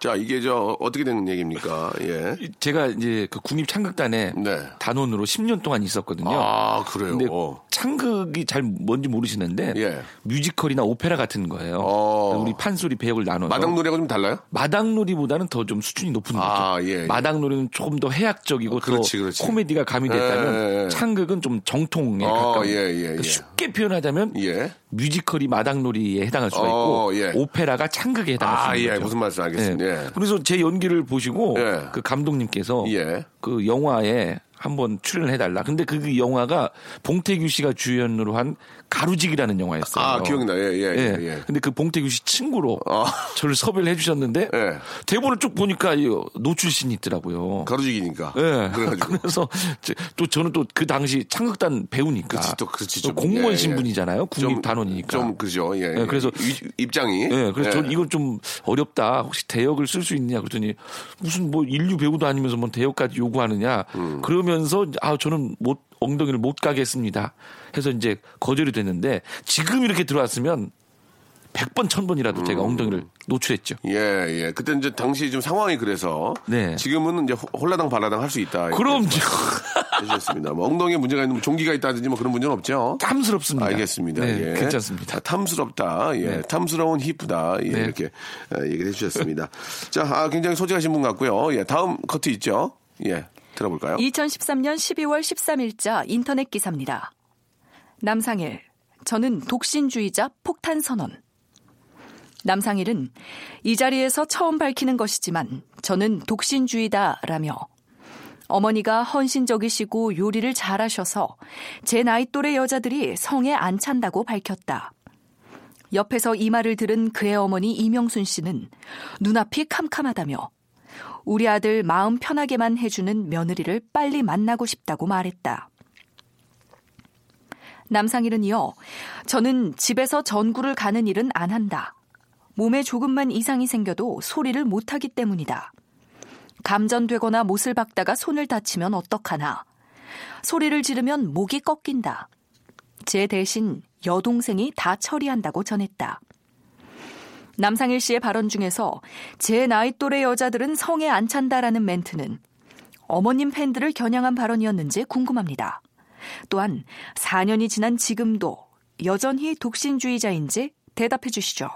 B: 자, 이게 저, 어떻게 되는 얘기입니까? 예.
D: 제가 이제 그 국립창극단에
B: 네.
D: 단원으로 10년 동안 있었거든요.
B: 아, 그래요?
D: 예. 근데
B: 어.
D: 창극이 잘 뭔지 모르시는데
B: 예.
D: 뮤지컬이나 오페라 같은 거예요.
B: 어.
D: 우리 판소리 배역을 나눠서
B: 마당 노래하고 좀 달라요?
D: 마당놀이보다는 더 좀 수준이 높은 거죠.
B: 아, 예, 예.
D: 마당놀이는 조금 더 해학적이고
B: 그렇지,
D: 더
B: 그렇지.
D: 코미디가 가미됐다면
B: 예, 예, 예.
D: 창극은 좀 정통에
B: 어,
D: 가까운.
B: 예, 예,
D: 그러니까 그
B: 예.
D: 쉽게 표현하자면
B: 예.
D: 뮤지컬이 마당놀이에 해당할 수가
B: 어,
D: 있고
B: 예.
D: 오페라가 창극에 해당할
B: 아,
D: 수가 있죠.
B: 예, 무슨 말씀 알겠습니다. 예.
D: 그래서 제 연기를 보시고
B: 예.
D: 그 감독님께서
B: 예.
D: 그 영화에 한번 출연을 해달라. 근데 그 영화가 봉태규 씨가 주연으로 한 가루지기라는 영화였어요.
B: 아, 기억나. 예, 예, 예.
D: 예.
B: 예.
D: 근데 그 봉태규 씨 친구로
B: 아.
D: 저를 섭외를 해주셨는데
B: 예.
D: 대본을 쭉 보니까 이 노출신이 있더라고요.
B: 가로지기니까.
D: 예.
B: 그, 그래가지고.
D: 그래서 제- 또 저는 또 그 당시 창극단 배우니까
B: 그치, 또 그렇지. 좀,
D: 공무원
B: 예, 예.
D: 신분이잖아요.
B: 좀-
D: 국립 단원이니까.
B: 좀 그죠. 예. 예.
D: 그래서-
B: 이- 입장이.
D: 예, 그래서
B: 예.
D: 전 이건 좀 어렵다. 혹시 대역을 쓸 수 있냐 그랬더니 무슨 뭐 인류 배우도 아니면서 뭐 대역까지 요구하느냐.
B: 음.
D: 그러면서 이제 아 저는 못 엉덩이를 못 가겠습니다. 해서 이제 거절이 됐는데 지금 이렇게 들어왔으면 100번 1000번이라도 제가
B: 음.
D: 엉덩이를 노출했죠.
B: 예, 예. 그때 이제 당시 좀 상황이 그래서
D: 네.
B: 지금은 이제 호- 홀라당 발라당 할 수 있다. 이렇게
D: 그럼요.
B: 해주셨습니다. 뭐 엉덩이에 문제가 있는 뭐 종기가 있다든지 뭐 그런 문제는 없죠.
D: 탐스럽습니다.
B: 알겠습니다.
D: 네,
B: 예. 아,
D: 괜찮습니다.
B: 탐스럽다. 예. 탐스러운 히프다. 예,
D: 네.
B: 이렇게 아, 얘기를 해주셨습니다. 자, 아, 굉장히 소중하신 분 같고요. 예, 다음 커트 있죠? 예, 들어볼까요?
E: 2013년 12월 13일자 인터넷 기사입니다. 남상일, 저는 독신주의자 폭탄 선언. 남상일은 이 자리에서 처음 밝히는 것이지만 저는 독신주의다라며 어머니가 헌신적이시고 요리를 잘하셔서 제 나이 또래 여자들이 성에 안 찬다고 밝혔다. 옆에서 이 말을 들은 그의 어머니 이명순 씨는 눈앞이 캄캄하다며 우리 아들 마음 편하게만 해주는 며느리를 빨리 만나고 싶다고 말했다. 남상일은 이어 저는 집에서 전구를 가는 일은 안 한다. 몸에 조금만 이상이 생겨도 소리를 못하기 때문이다. 감전되거나 못을 박다가 손을 다치면 어떡하나. 소리를 지르면 목이 꺾인다. 제 대신 여동생이 다 처리한다고 전했다. 남상일 씨의 발언 중에서 제 나이 또래 여자들은 성에 안 찬다라는 멘트는 어머님 팬들을 겨냥한 발언이었는지 궁금합니다. 또한 4년이 지난 지금도 여전히 독신주의자인지 대답해 주시죠.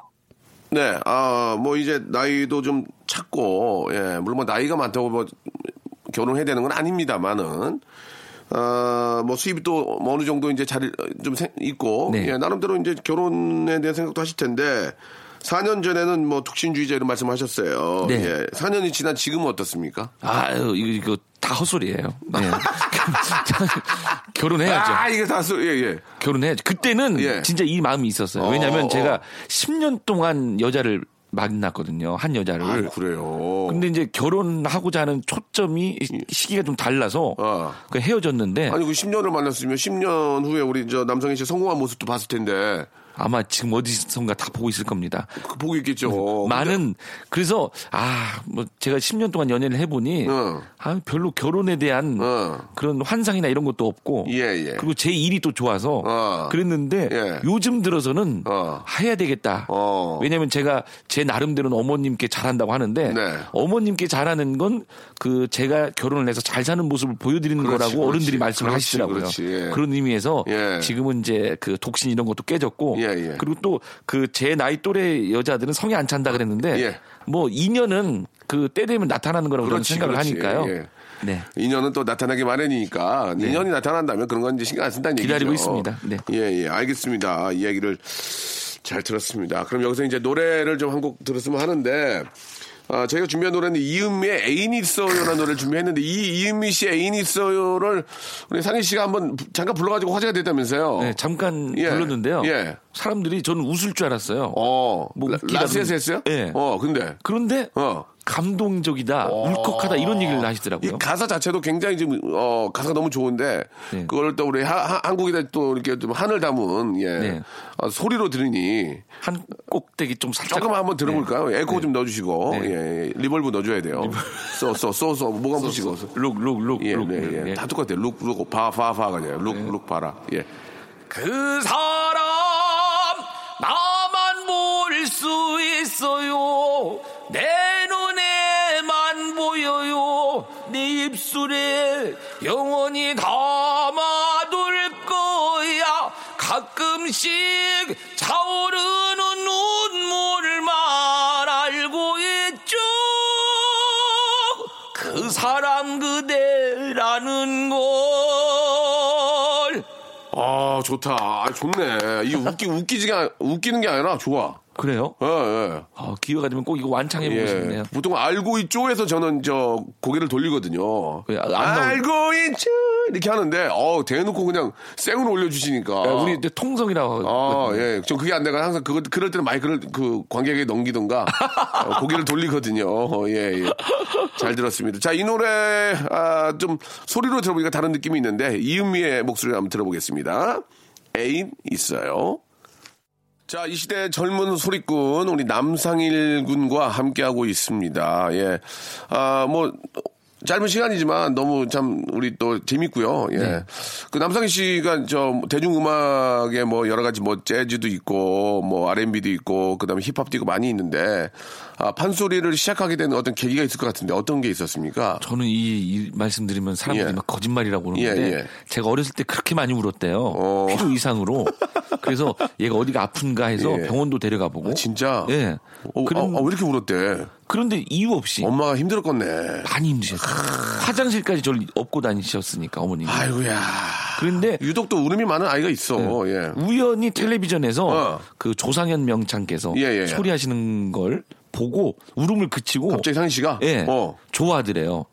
B: 네, 아, 뭐 이제 나이도 좀 찾고, 예, 물론 뭐 나이가 많다고 뭐 결혼해야 되는 건 아닙니다만은, 아, 뭐 수입이 또뭐 어느 정도 이제 자리 좀 생- 있고,
D: 네.
B: 예, 나름대로 이제 결혼에 대한 생각도 하실 텐데, 4년 전에는 뭐 독신주의자 이런 말씀 하셨어요.
D: 네.
B: 예, 4년이 지난 지금은 어떻습니까?
D: 아유 이거 이거 다 헛소리예요. 네. 결혼해야죠.
B: 아, 이게 다수, 예, 예.
D: 결혼해야죠. 그때는
B: 예.
D: 진짜 이 마음이 있었어요.
B: 어,
D: 왜냐하면
B: 어.
D: 제가 10년 동안 여자를 만났거든요. 한 여자를.
B: 아, 그래요.
D: 근데 이제 결혼하고자 하는 초점이 이 시기가 좀 달라서
B: 예. 어.
D: 그 헤어졌는데
B: 아니, 그 10년을 만났으면 10년 후에 우리 저 남성희 씨 성공한 모습도 봤을 텐데,
D: 아마 지금 어디선가 다 보고 있을 겁니다.
B: 그 보고 있겠죠.
D: 많은 그래서 아 뭐 제가 10년 동안 연애를 해보니
B: 어.
D: 아 별로 결혼에 대한
B: 어.
D: 그런 환상이나 이런 것도 없고
B: 예, 예.
D: 그리고 제 일이 또 좋아서
B: 어.
D: 그랬는데
B: 예.
D: 요즘 들어서는
B: 어.
D: 해야 되겠다.
B: 어.
D: 왜냐면 제가 제 나름대로는 어머님께 잘한다고 하는데
B: 네.
D: 어머님께 잘하는 건 그 제가 결혼을 해서 잘 사는 모습을 보여드리는
B: 그렇지,
D: 거라고
B: 그렇지,
D: 어른들이 말씀을
B: 그렇지,
D: 하시더라고요.
B: 그렇지, 예.
D: 런 의미에서
B: 예.
D: 지금은 이제 그 독신 이런 것도 깨졌고
B: 예, 예.
D: 그리고 또 그 제 나이 또래 여자들은 성에 안 찬다 그랬는데
B: 예.
D: 뭐 인연은 그 때 되면 나타나는 거라고 저는
B: 그렇지,
D: 생각을
B: 그렇지.
D: 하니까요.
B: 예.
D: 네.
B: 인연은 또 나타나기 마련이니까 인연이 나타난다면 그런 건 이제 신경 안 쓴다는 얘기죠.
D: 기다리고 있습니다. 네.
B: 예, 예, 알겠습니다. 이야기를 잘 들었습니다. 그럼 여기서 이제 노래를 좀 한 곡 들었으면 하는데 아, 저희가 준비한 노래는 이은미의 애인이 있어요라는 노래를 준비했는데 이 이은미 씨의 애인이 있어요를 우리 상희 씨가 한번 부- 잠깐 불러가지고 화제가 됐다면서요.
D: 네, 잠깐
B: 예.
D: 불렀는데요.
B: 예.
D: 사람들이 저는 웃을 줄 알았어요.
B: 어,
D: 뭐
B: 라-
D: 웃기다
B: 라스에서
D: 그러면-
B: 했어요?
D: 예.
B: 어, 근데
D: 그런데
B: 어.
D: 감동적이다, 울컥하다 이런 얘기를
B: 이
D: 하시더라고요.
B: 어. 예, 가사 자체도 굉장히 지금 어 가사가 너무 좋은데
D: 네.
B: 그걸 또 우리 하- 하- 한국이다 또 이렇게 좀 한을 담은 예
D: 네.
B: 아, 소리로 들으니
D: 한 꼭대기 좀 살짝
B: 조금 한번 들어볼까요? 에코 좀 넣어주시고
D: 네.
B: 예, 예. 리벌브 넣어줘야 돼요. 써써써써 뭐가 붙이고
D: 룩룩룩룩 네.
B: 예, 네, 예. 다 똑같아요. 룩룩바바바가 아니라 룩룩 바라 예.
D: 그 사람 나만 볼 수 있어요 내 눈에만 보여요 내 입술에 영원히 담아둘 거야 가끔씩 차오르는 눈물만 알고 있죠 그 사람 그대라는 걸
B: 아 좋다. 아, 좋네. 이 웃기 웃기지가 웃기는 게 아니라 좋아.
D: 그래요?
B: 예, 예.
D: 아, 기회가 되면 꼭 이거 완창해 보고 싶네요.
B: 보통 알고 있죠에서 저는 저 고개를 돌리거든요.
D: 왜, 예, 안 나오는-
B: 알고 있죠 이렇게 하는데 어 대놓고 그냥 생으로 올려주시니까.
D: 야, 예, 아, 우리 이제 통성이라고 하거든요.
B: 아, 예. 전 그게 안 돼가 항상 그거 그럴 때는 마이크를 그 관객에게 넘기던가 어, 고개를 돌리거든요. 어, 예, 예. 잘 들었습니다. 자, 이 노래 아, 좀 소리로 들어보니까 다른 느낌이 있는데 이은미의 목소리를 한번 들어보겠습니다. 애인 있어요. 자, 이 시대 젊은 소리꾼 우리 남상일 군과 함께하고 있습니다. 예, 아, 뭐 짧은 시간이지만 너무 참 우리 또 재밌고요. 예,
D: 네.
B: 그 남상일 씨가 저 대중음악에 뭐 여러 가지 뭐 재즈도 있고 뭐 R&B도 있고 그다음에 힙합도 있고 많이 있는데 아, 판소리를 시작하게 된 어떤 계기가 있을 것 같은데 어떤 게 있었습니까?
D: 저는 이, 이 말씀드리면 사람들이
B: 예.
D: 막 거짓말이라고
B: 예,
D: 그러는데
B: 예. 어.
D: 제가 어렸을 때 그렇게 많이 울었대요. 필요 이상으로. 그래서 얘가 어디가 아픈가 해서
B: 예.
D: 병원도 데려가 보고.
B: 아, 진짜.
D: 예.
B: 어,
D: 그런,
B: 아, 아, 왜 이렇게 울었대?
D: 그런데 이유 없이
B: 엄마가 힘들었겠네. 아,
D: 많이 힘드셨어요. 화장실까지 저를 업고 다니셨으니까 어머님이.
B: 아이고야.
D: 그런데
B: 유독 또 울음이 많은 아이가 있어.
D: 네.
B: 예.
D: 우연히 텔레비전에서
B: 어.
D: 그 조상현 명창께서
B: 예, 예, 예.
D: 소리하시는 걸 보고 울음을 그치고
B: 갑자기 상희 씨가
D: 예
B: 어.
D: 좋아하더래요.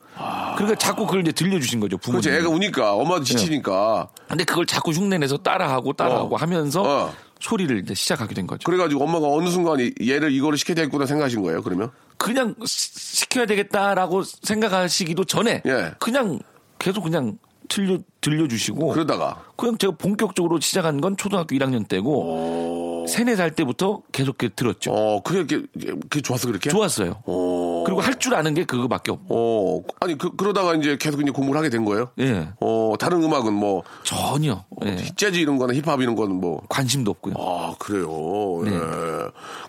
D: 그러니까 자꾸 그걸 이제 들려주신 거죠 부모님.
B: 그렇지. 애가 우니까
D: 예.
B: 엄마도 지치니까
D: 근데 그걸 자꾸 흉내내서 따라하고 따라하고
B: 어.
D: 하면서
B: 어.
D: 소리를 이제 시작하게 된 거죠.
B: 그래가지고 엄마가 어느 순간 이- 얘를 이거를 시켜야 되겠구나 생각하신 거예요. 그러면
D: 그냥 시- 시켜야 되겠다라고 생각하시기도 전에
B: 예.
D: 그냥 계속 그냥 들려 들려주시고
B: 그러다가
D: 그냥 제가 본격적으로 시작한 건 초등학교 1학년 때고 세네 살 때부터 계속 이렇게 들었죠.
B: 어 그게 그게, 그게 좋아서 그렇게.
D: 좋았어요.
B: 어.
D: 그리고 할 줄 아는 게 그거밖에 없고
B: 어 아니 그, 그러다가 이제 계속 이제 공부를 하게 된 거예요.
D: 예.
B: 어 다른 음악은 뭐
D: 전혀 예.
B: 재즈 이런 거나 힙합 이런 거는 뭐.
D: 관심도 없고요.
B: 아 그래요.
D: 네.
B: 예.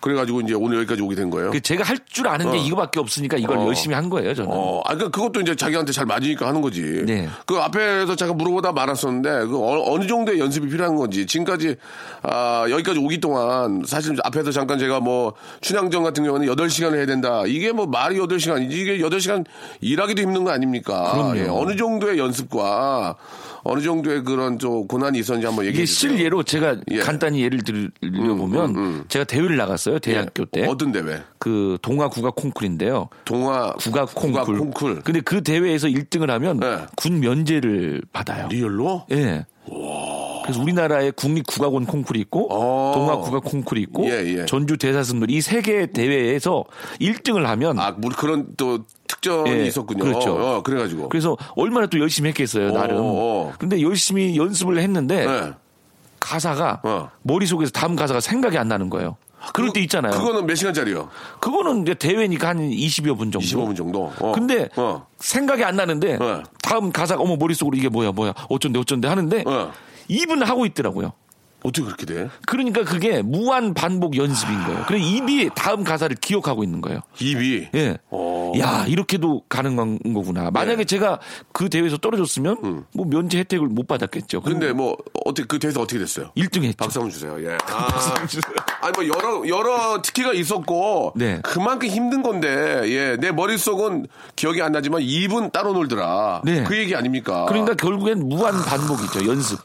B: 그래가지고 이제 오늘 여기까지 오게 된 거예요.
D: 그 제가 할 줄 아는 게 이거밖에 없으니까 이걸
B: 어.
D: 열심히 한 거예요. 저는
B: 어, 아, 그, 그것도 이제 자기한테 잘 맞으니까 하는 거지.
D: 음. 네.
B: 그 앞에서 잠깐 물어보다 말았었는데, 그 어, 느 정도의 연습이 필요한 건지, 지금까지, 아, 여기까지 오기 동안, 사실 앞에서 잠깐 제가 뭐, 춘향전 같은 경우는 8시간을 해야 된다. 이게 뭐 말이 8시간이지, 이게 8시간 일하기도 힘든 거 아닙니까?
D: 그럼요.
B: 예, 어느 정도의 연습과, 어느 정도의 그런 좀 고난이 있었는지 한번
D: 이게
B: 얘기해 주세요.
D: 실예로 제가
B: 예. 음,
D: 간단히 예를 들려보면 제가 대회를 나갔어요. 대학교 때.
B: 예, 어떤 대회?
D: 그 동화 국악 콩쿨인데요.
B: 동화,
D: 국악 콩쿨.
B: 국악 콩쿨.
D: 근데 그 대회에서 1등을 하면
B: 네.
D: 군 면제를 받아요.
B: 리얼로?
D: 예. 그래서 우리나라에 국립 국악원 콩쿨이 있고
B: 어.
D: 동화 국악 콩쿨이 있고
B: 예, 예.
D: 전주 대사슴놀이 이 세 개의 대회에서 1등을 하면
B: 아, 뭐 그런 또 특전이
D: 예,
B: 있었군요.
D: 그렇죠.
B: 어, 그래가지고.
D: 그래서 얼마나 또 열심히 했겠어요, 나름.
B: 어.
D: 근데 열심히 연습을 했는데
B: 네.
D: 가사가
B: 어.
D: 머릿속에서 다음 가사가 생각이 안 나는 거예요. 그럴
B: 그거-
D: 때 있잖아요.
B: 그거는 몇 시간짜리요?
D: 그거, 는 이제 대회니까 한 20여 분 정도.
B: 25분 정도. 어.
D: 뭐. 근데
B: 어.
D: 생각이 안 나는데
B: 네.
D: 다음 가사가 어머 머릿속으로 이게 뭐야 뭐야 어쩐데 어쩐데 하는데
B: 네.
D: 입 2분 하고 있더라고요.
B: 어떻게 그렇게 돼?
D: 그러니까 그게 무한 반복 연습인 거예요. 그래 입이 다음 가사를 기억하고 있는 거예요.
B: 입이.
D: 예.
B: 어. 예.
D: 야, 이렇게도 가능한 거구나. 만약에 제가 그 대회에서 떨어졌으면 뭐 면제 혜택을 못 받았겠죠.
B: 음. 근데 뭐 어떻게 그 대회에서 어떻게 됐어요?
D: 1등 했죠.
B: 박수 한번 주세요. 예. 아. 아니 뭐 여러 여러 특기가 있었고
D: 네.
B: 그만큼 힘든 건데 예. 내 머릿속은 기억이 안 나지만 입은 따로 놀더라.
D: 네.
B: 그 얘기 아닙니까?
D: 그러니까 결국엔 무한 반복이죠. 연습.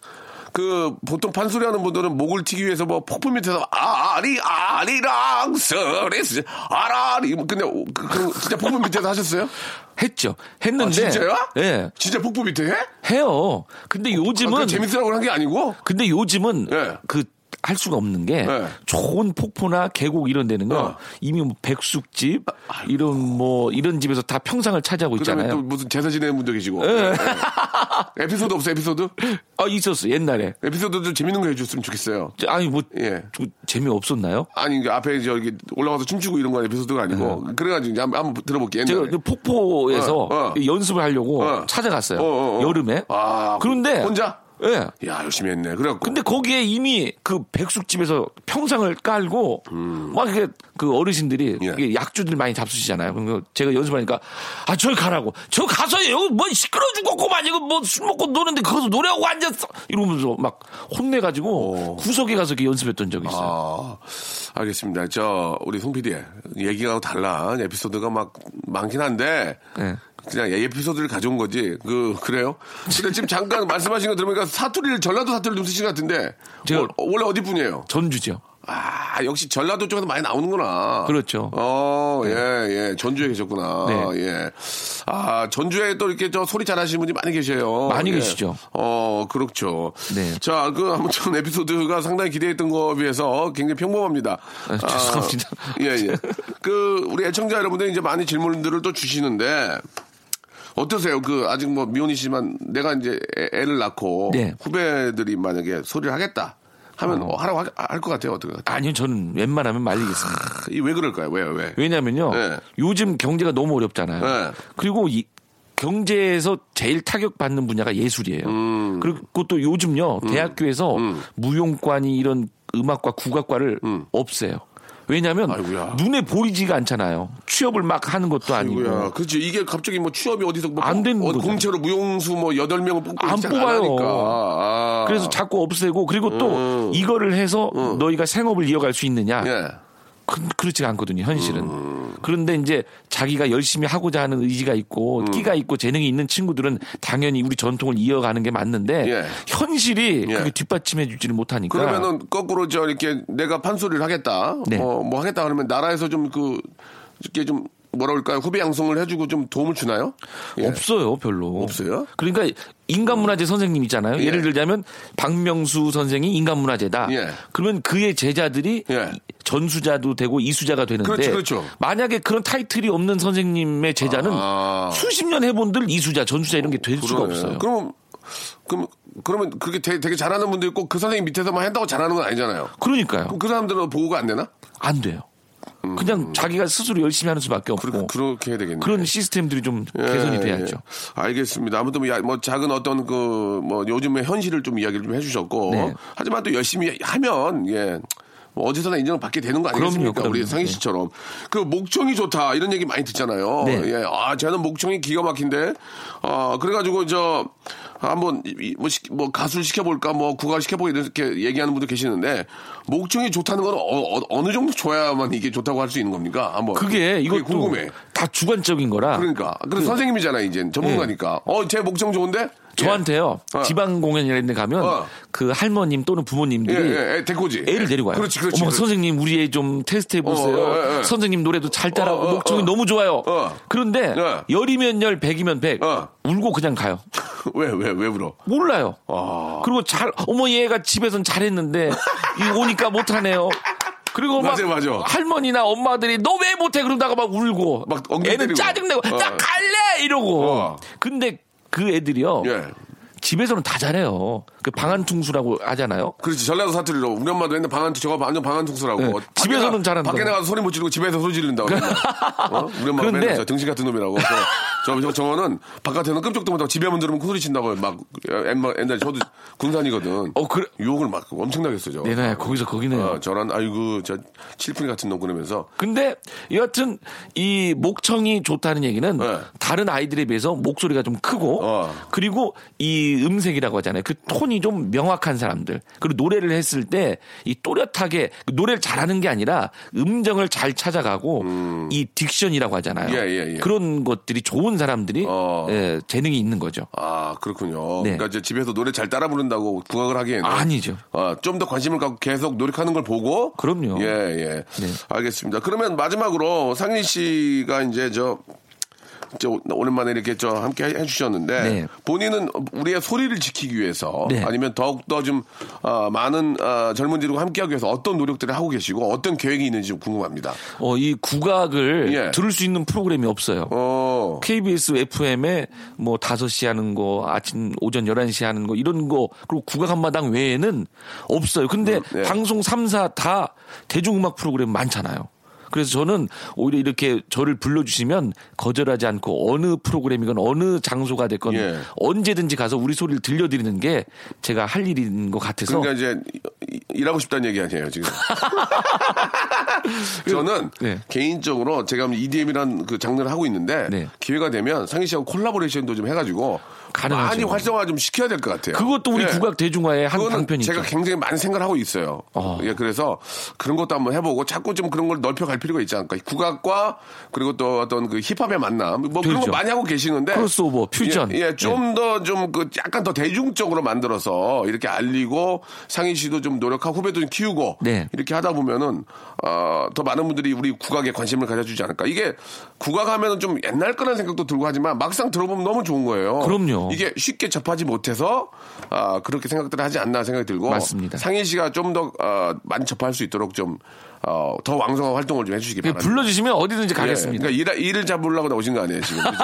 B: 그 보통 판소리 하는 분들은 목을 튀기 위해서 뭐 폭풍 밑에서 아리 아리랑 서리스 아라리 근데 그, 그, 진짜 폭풍 밑에서 하셨어요?
D: 했죠. 했는데
B: 아, 진짜요?
D: 예. 뭐
B: 진짜 폭포 밑에 해?
D: 해요. 근데 요즘은
B: 아, 재밌으라고 한 게 아니고?
D: 근데 요즘은
B: 예.
D: 그 할 수가 없는 게
B: 예.
D: 좋은 폭포나 계곡 이런 데는 거
B: 어.
D: 이미 뭐 백숙집 이런 뭐 이런 집에서 다 평상을 차지하고
B: 그다음에 또
D: 있잖아요.
B: 무슨 제사 지내는 분도 계시고. 예. 에피소드 없어 에피소드?
D: 아 있었어 옛날에.
B: 에피소드 좀 재밌는 거 해줬으면 좋겠어요.
D: 저- 아니 뭐
B: 예.
D: 재미 없었나요?
B: 아니 그 앞에 저기 올라가서 춤추고 이런 건 에피소드가 아니고 그래가지고 이제 한번, 한번 들어볼게요.
D: 예. 제가
B: 옛날에.
D: 그 폭포에서
B: 어, 어.
D: 연습을 하려고
B: 어.
D: 찾아갔어요.
B: 어, 어, 어.
D: 여름에.
B: 아,
D: 그런데
B: 혼자?
D: 예.
B: 야 열심히 했네. 그래갖고.
D: 근데 거기에 이미 그 백숙집에서 평상을 깔고 막 이게 그 어르신들이
B: 예.
D: 이게 약주들 많이 잡수시잖아요. 그래서 제가 연습하니까 아 저기 가라고 저 가서 여기 뭐 시끄러 죽겠고만 이거 뭐 술 먹고 노는데 거기서 노래하고 앉았어 이러면서 막 혼내가지고 구석에 가서 이렇게 연습했던 적이 있어요.
B: 아, 알겠습니다. 저 우리 송 PD 얘기하고 달라 에피소드가 막 많긴 한데
D: 네.
B: 그냥 에피소드를 가져온 거지. 그 그래요? 근데 지금 잠깐 말씀하신 거 들으니까 사투리를 전라도 사투리를 좀 쓰신 것 같은데
D: 제가-
B: 월- 원래 어디 분이에요?
D: 전주죠.
B: 아 역시 전라도 쪽에서 많이 나오는구나.
D: 그렇죠.
B: 어, 예, 예. 전주에 계셨구나.
D: 네.
B: 예. 아, 전주에 또 이렇게 저 소리 잘하시는 분이 많이 계셔요.
D: 많이
B: 예.
D: 계시죠.
B: 어, 그렇죠.
D: 네.
B: 자, 그 아무튼 에피소드가 상당히 기대했던 거에 비해서 굉장히 평범합니다.
D: 아, 죄송합니다.
B: 예, 예. 그 우리 애청자 여러분들이 이제 많이 질문들을 또 주시는데 어떠세요? 그 아직 뭐 미혼이시지만 내가 이제 애- 애를 낳고
D: 네.
B: 후배들이 만약에 소리를 하겠다 하면 어, 하라고 할 것 같아요. 어떻게 같아요?
D: 아니요 저는 웬만하면 말리겠습니다.
B: 이 왜 그럴까요? 왜 왜?
D: 왜냐면요.
B: 네.
D: 요즘 경제가 너무 어렵잖아요.
B: 네.
D: 그리고 이 경제에서 제일 타격받는 분야가 예술이에요.
B: 음.
D: 그리고 또 요즘요. 대학교에서 무용관이 이런 음악과 국악과를 없애요. 왜냐하면
B: 아이고야.
D: 눈에 보이지가 않잖아요. 취업을 막 하는 것도 아니고
B: 누구야? 그렇지. 이게 갑자기 뭐 취업이 어디서 뭐
D: 안 되는
B: 어,
D: 거잖아.
B: 공채로 무용수 뭐 8명을 뽑고
D: 안
B: 있지
D: 뽑아요.
B: 않으니까. 아.
D: 그래서 자꾸 없애고 그리고 또 이거를 해서 너희가 생업을 이어갈 수 있느냐
B: 음. 예.
D: 그- 그렇지가 않거든요, 현실은.
B: 음.
D: 그런데 이제 자기가 열심히 하고자 하는 의지가 있고
B: 음.
D: 끼가 있고 재능이 있는 친구들은 당연히 우리 전통을 이어가는 게 맞는데
B: 예.
D: 현실이
B: 예.
D: 그게 뒷받침해 주지는 못하니까
B: 그러면은 거꾸로 저 이렇게 내가 판소리를 하겠다.
D: 네.
B: 어, 뭐 하겠다 그러면 나라에서 좀 그 이렇게 좀 뭐라 그럴까요? 후배 양성을 해주고 좀 도움을 주나요? 예.
D: 없어요, 별로.
B: 없어요?
D: 그러니까 인간문화재 선생님 있잖아요.
B: 예.
D: 예. 를 들자면 박명수 선생이 인간문화재다.
B: 예.
D: 그러면 그의 제자들이
B: 예.
D: 전수자도 되고 이수자가 되는데
B: 그렇죠, 그렇죠.
D: 만약에 그런 타이틀이 없는 선생님의 제자는
B: 아.
D: 수십 년 해본들 이수자, 전수자 이런 게 될 수가
B: 그러네.
D: 없어요.
B: 그럼 그럼 그러면 그렇게 되게, 되게 잘하는 분들이 꼭 그 선생님 밑에서만 한다고 잘하는 건 아니잖아요.
D: 그러니까요.
B: 그럼 그 사람들은 보고가 안 되나?
D: 안 돼요. 그냥 자기가 스스로 열심히 하는 수밖에 없고
B: 음. 그러니까 그렇게, 그렇게 해야 되겠네요.
D: 그런 시스템들이 좀 개선이
B: 예,
D: 돼야죠.
B: 예. 알겠습니다. 아무튼 뭐, 야- 뭐 작은 어떤 그 뭐 요즘의 현실을 좀 이야기를 좀 해주셨고
D: 네.
B: 하지만 또 열심히 하면 예. 뭐 어디서나 인정을 받게 되는 거 아니겠습니까?
D: 그럼요, 그럼요.
B: 우리 상희 씨처럼 그 목청이 좋다 이런 얘기 많이 듣잖아요.
D: 네.
B: 예, 아 저는 목청이 기가 막힌데, 아 그래가지고 저 한번 이- 이- 뭐, 시- 뭐 가수를 시켜볼까, 뭐 국악을 시켜볼까 이렇게 얘기하는 분도 계시는데 목청이 좋다는 건 어, 느 정도 좋아야만 이게 좋다고 할 수 있는 겁니까? 한번
D: 그게 이것도
B: 궁금해.
D: 다 주관적인 거라
B: 그러니까. 그래 서 선생님이잖아, 이제. 전문가니까. 어, 제 목청 좋은데?
D: 예. 저한테요
B: 어.
D: 지방 공연 이런 데 가면
B: 어.
D: 그 할머님 또는
B: 예,
D: 부모님들이
B: 예, 예, 애 데코지.
D: 애를 데리고 와요.
B: 그렇지, 그렇지.
D: 어머
B: 그렇지.
D: 선생님 우리 애 좀 테스트 해보세요.
B: 어, 어, 어, 어.
D: 선생님 노래도 잘 따라하고
B: 어, 어,
D: 목청이
B: 어.
D: 너무 좋아요.
B: 어.
D: 그런데
B: 네.
D: 열이면 열, 백이면 백.
B: 어.
D: 울고 그냥 가요.
B: 왜, 왜, 왜 울어?
D: 몰라요.
B: 아.
D: 그리고 잘 어머 얘가 집에선 잘했는데 이 오니까 못하네요. 그리고 막
B: 맞아요, 맞아요.
D: 할머니나 엄마들이 너 왜 못해 그러다가 막 울고
B: 막 엉덩이 때리고.
D: 애는 짜증내고
B: 어.
D: 나 갈래 이러고
B: 어.
D: 근데 그 애들이요
B: 예.
D: 집에서는 다 잘해요. 그 방한퉁수라고 하잖아요.
B: 그렇지. 전라도 사투리로. 우리 엄마도 옛날 방한, 저거 완전 방한통수라고.
D: 네.
B: 밖에
D: 집에서는
B: 나가-
D: 잘한다고. 그
B: 밖에 나가서 소리 못 지르고 집에서 소리 지른다고. 맨날. 어? 우리 엄마가
D: 그런데-
B: 맨날 저 등신 같은 놈이라고. 저, 저, 저, 저거는 바깥에는 끔찍도 못하고 집에만 들으면 코소리 친다고 막 예, 옛날, 옛날에 저도 군산이거든.
D: 어, 그래.
B: 욕을 막 엄청나게 쓰죠.
D: 네, 네, 거기서 거기네요.
B: 어, 저런, 아이고, 저, 칠푼이 같은 놈 그러면서.
D: 근데 여하튼 이 목청이 좋다는 얘기는
B: 네.
D: 다른 아이들에 비해서 목소리가 좀 크고
B: 어.
D: 그리고 이 음색이라고 하잖아요. 그 톤이 좀 명확한 사람들. 그리고 노래를 했을 때 이 또렷하게 그 노래를 잘하는 게 아니라 음정을 잘 찾아가고 이 딕션이라고 하잖아요.
B: 음. 예, 예, 예.
D: 그런 것들이 좋은 사람들이
B: 어.
D: 예, 재능이 있는 거죠.
B: 아 그렇군요.
D: 네.
B: 그러니까 이제 집에서 노래 잘 따라 부른다고 국악을 하기에는 어,
D: 아니죠.
B: 좀 더 관심을 갖고 계속 노력하는 걸 보고.
D: 그럼요. 네.
B: 예 예. 알겠습니다. 그러면 마지막으로 상민 씨가 이제 저. 저 오랜만에 이렇게 저 함께 해주셨는데
D: 네.
B: 본인은 우리의 소리를 지키기 위해서
D: 네.
B: 아니면 더욱 더좀 많은 아, 젊은이들과 함께하기 위해서 어떤 노력들을 하고 계시고 어떤 계획이 있는지 좀 궁금합니다.
D: 어, 이 국악을
B: 예.
D: 들을 수 있는 프로그램이 없어요.
B: 어,
D: KBS FM에 뭐 5시 하는 거, 아침, 오전 11시 하는 거, 이런 거, 그리고 국악 한마당 외에는 없어요. 근데
B: 네.
D: 방송 3사 다 대중음악 프로그램 많잖아요. 그래서 저는 오히려 이렇게 저를 불러주시면 거절하지 않고 어느 프로그램이건 어느 장소가 됐건
B: 예.
D: 언제든지 가서 우리 소리를 들려드리는 게 제가 할 일인 것 같아서
B: 그러니까 이제 이- 일하고 싶다는 얘기 아니에요 지금. 저는
D: 네.
B: 개인적으로 제가 EDM이라는 그 장르를 하고 있는데
D: 네.
B: 기회가 되면 상희 씨하고 콜라보레이션도 좀 해가지고
D: 가능하죠.
B: 많이 활성화 좀 시켜야 될 것 같아요.
D: 그것도 우리
B: 예.
D: 국악 대중화의 한
B: 그거는
D: 방편이죠.
B: 제가 굉장히 많은 생각을 하고 있어요.
D: 어.
B: 예, 그래서 그런 것도 한번 해보고 자꾸 좀 그런 걸 넓혀갈 필요가 있지 않을까. 국악과 그리고 또 어떤 그 힙합의 만남 뭐 그런 거
D: 되죠.
B: 많이 하고 계시는데
D: 크로스오버, 퓨전.
B: 예, 예, 좀 더 좀 그 약간 더 대중적으로 만들어서 이렇게 알리고 상인 씨도 좀 노력하고 후배도 좀 키우고
D: 네.
B: 이렇게 하다 보면은 어, 더 많은 분들이 우리 국악에 관심을 가져주지 않을까. 이게 국악하면은 좀 옛날 거라는 생각도 들고 하지만 막상 들어보면 너무 좋은 거예요.
D: 그럼요.
B: 이게 쉽게 접하지 못해서 아, 그렇게 생각들을 하지 않나 생각이 들고
D: 맞습니다.
B: 상인 씨가 좀 더 어, 많이 접할 수 있도록 좀 어, 더 왕성한 활동을 좀 해주시기 바랍니다.
D: 예, 불러주시면 어디든지
B: 예,
D: 가겠습니다.
B: 그러니까 일, 을 잡으려고 나오신 거 아니에요, 지금. 그죠?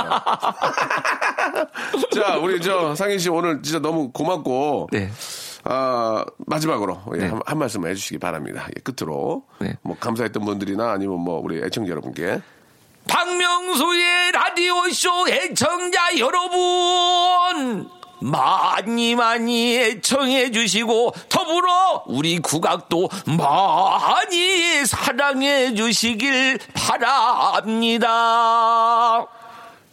B: 자, 우리 저 상인 씨 오늘 진짜 너무 고맙고.
D: 네.
B: 아, 마지막으로 예,
D: 네.
B: 한, 한 말씀만 해주시기 바랍니다. 예, 끝으로.
D: 네.
B: 뭐 감사했던 분들이나 아니면 뭐 우리 애청자 여러분께.
D: 박명수의 라디오쇼 애청자 여러분! 많이 많이 애청해 주시고 더불어 우리 국악도 많이 사랑해 주시길 바랍니다.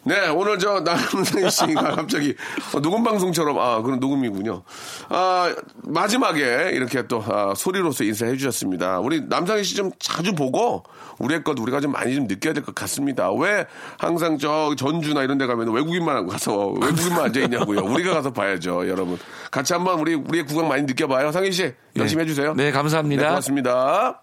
B: 네, 오늘 저 남승희 씨가 갑자기 어, 녹음 방송처럼 아 그런 녹음이군요. 아 마지막에 이렇게 또 아, 소리로서 인사해 주셨습니다. 우리 남상희 씨 좀 자주 보고 우리의 것 우리가 좀 많이 좀 느껴야 될 것 같습니다. 왜 항상 저 전주나 이런 데 가면 외국인만 하고 가서 외국인만 앉아 있냐고요. 우리가 가서 봐야죠, 여러분. 같이 한번 우리 우리의 구강 많이 느껴봐요, 상희 씨. 열심히 해주세요.
D: 네, 감사합니다.
B: 네, 고맙습니다.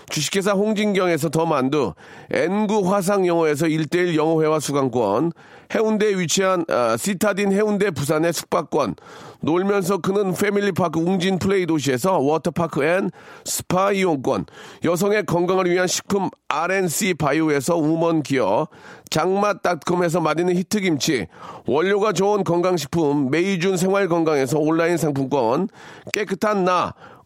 B: 주식회사 홍진경에서 더 만두. N구 화상영어에서 1대1 영어회화 수강권. 해운대에 위치한 아, 시타딘 해운대 부산의 숙박권. 놀면서 크는 패밀리파크 웅진 플레이 도시에서 워터파크 앤 스파 이용권, 음, 여성의 건강을 위한 식품 RNC 바이오에서 우먼 기어, 장맛닷컴에서 맛있는 히트김치, 원료가 좋은 건강식품 메이준 생활건강에서 온라인 상품권, 깨끗한 나,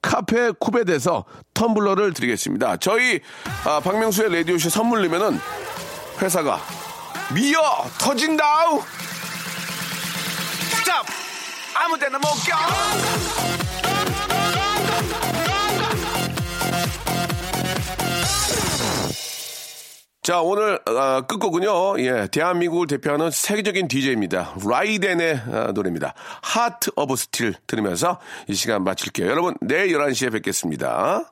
B: 카페 쿠베에서 텀블러를 드리겠습니다. 저희 아, 박명수의 라디오쇼 선물리면은 회사가 미어 터진다우.
A: 스탑! 아무데나 못 가!
B: 자 오늘 아, 끝곡은요. 예, 대한민국을 대표하는 세계적인 DJ입니다. 라이덴의 아, 노래입니다. 하트 오브 스틸 들으면서 이 시간 마칠게요. 여러분 내일 11시에 뵙겠습니다.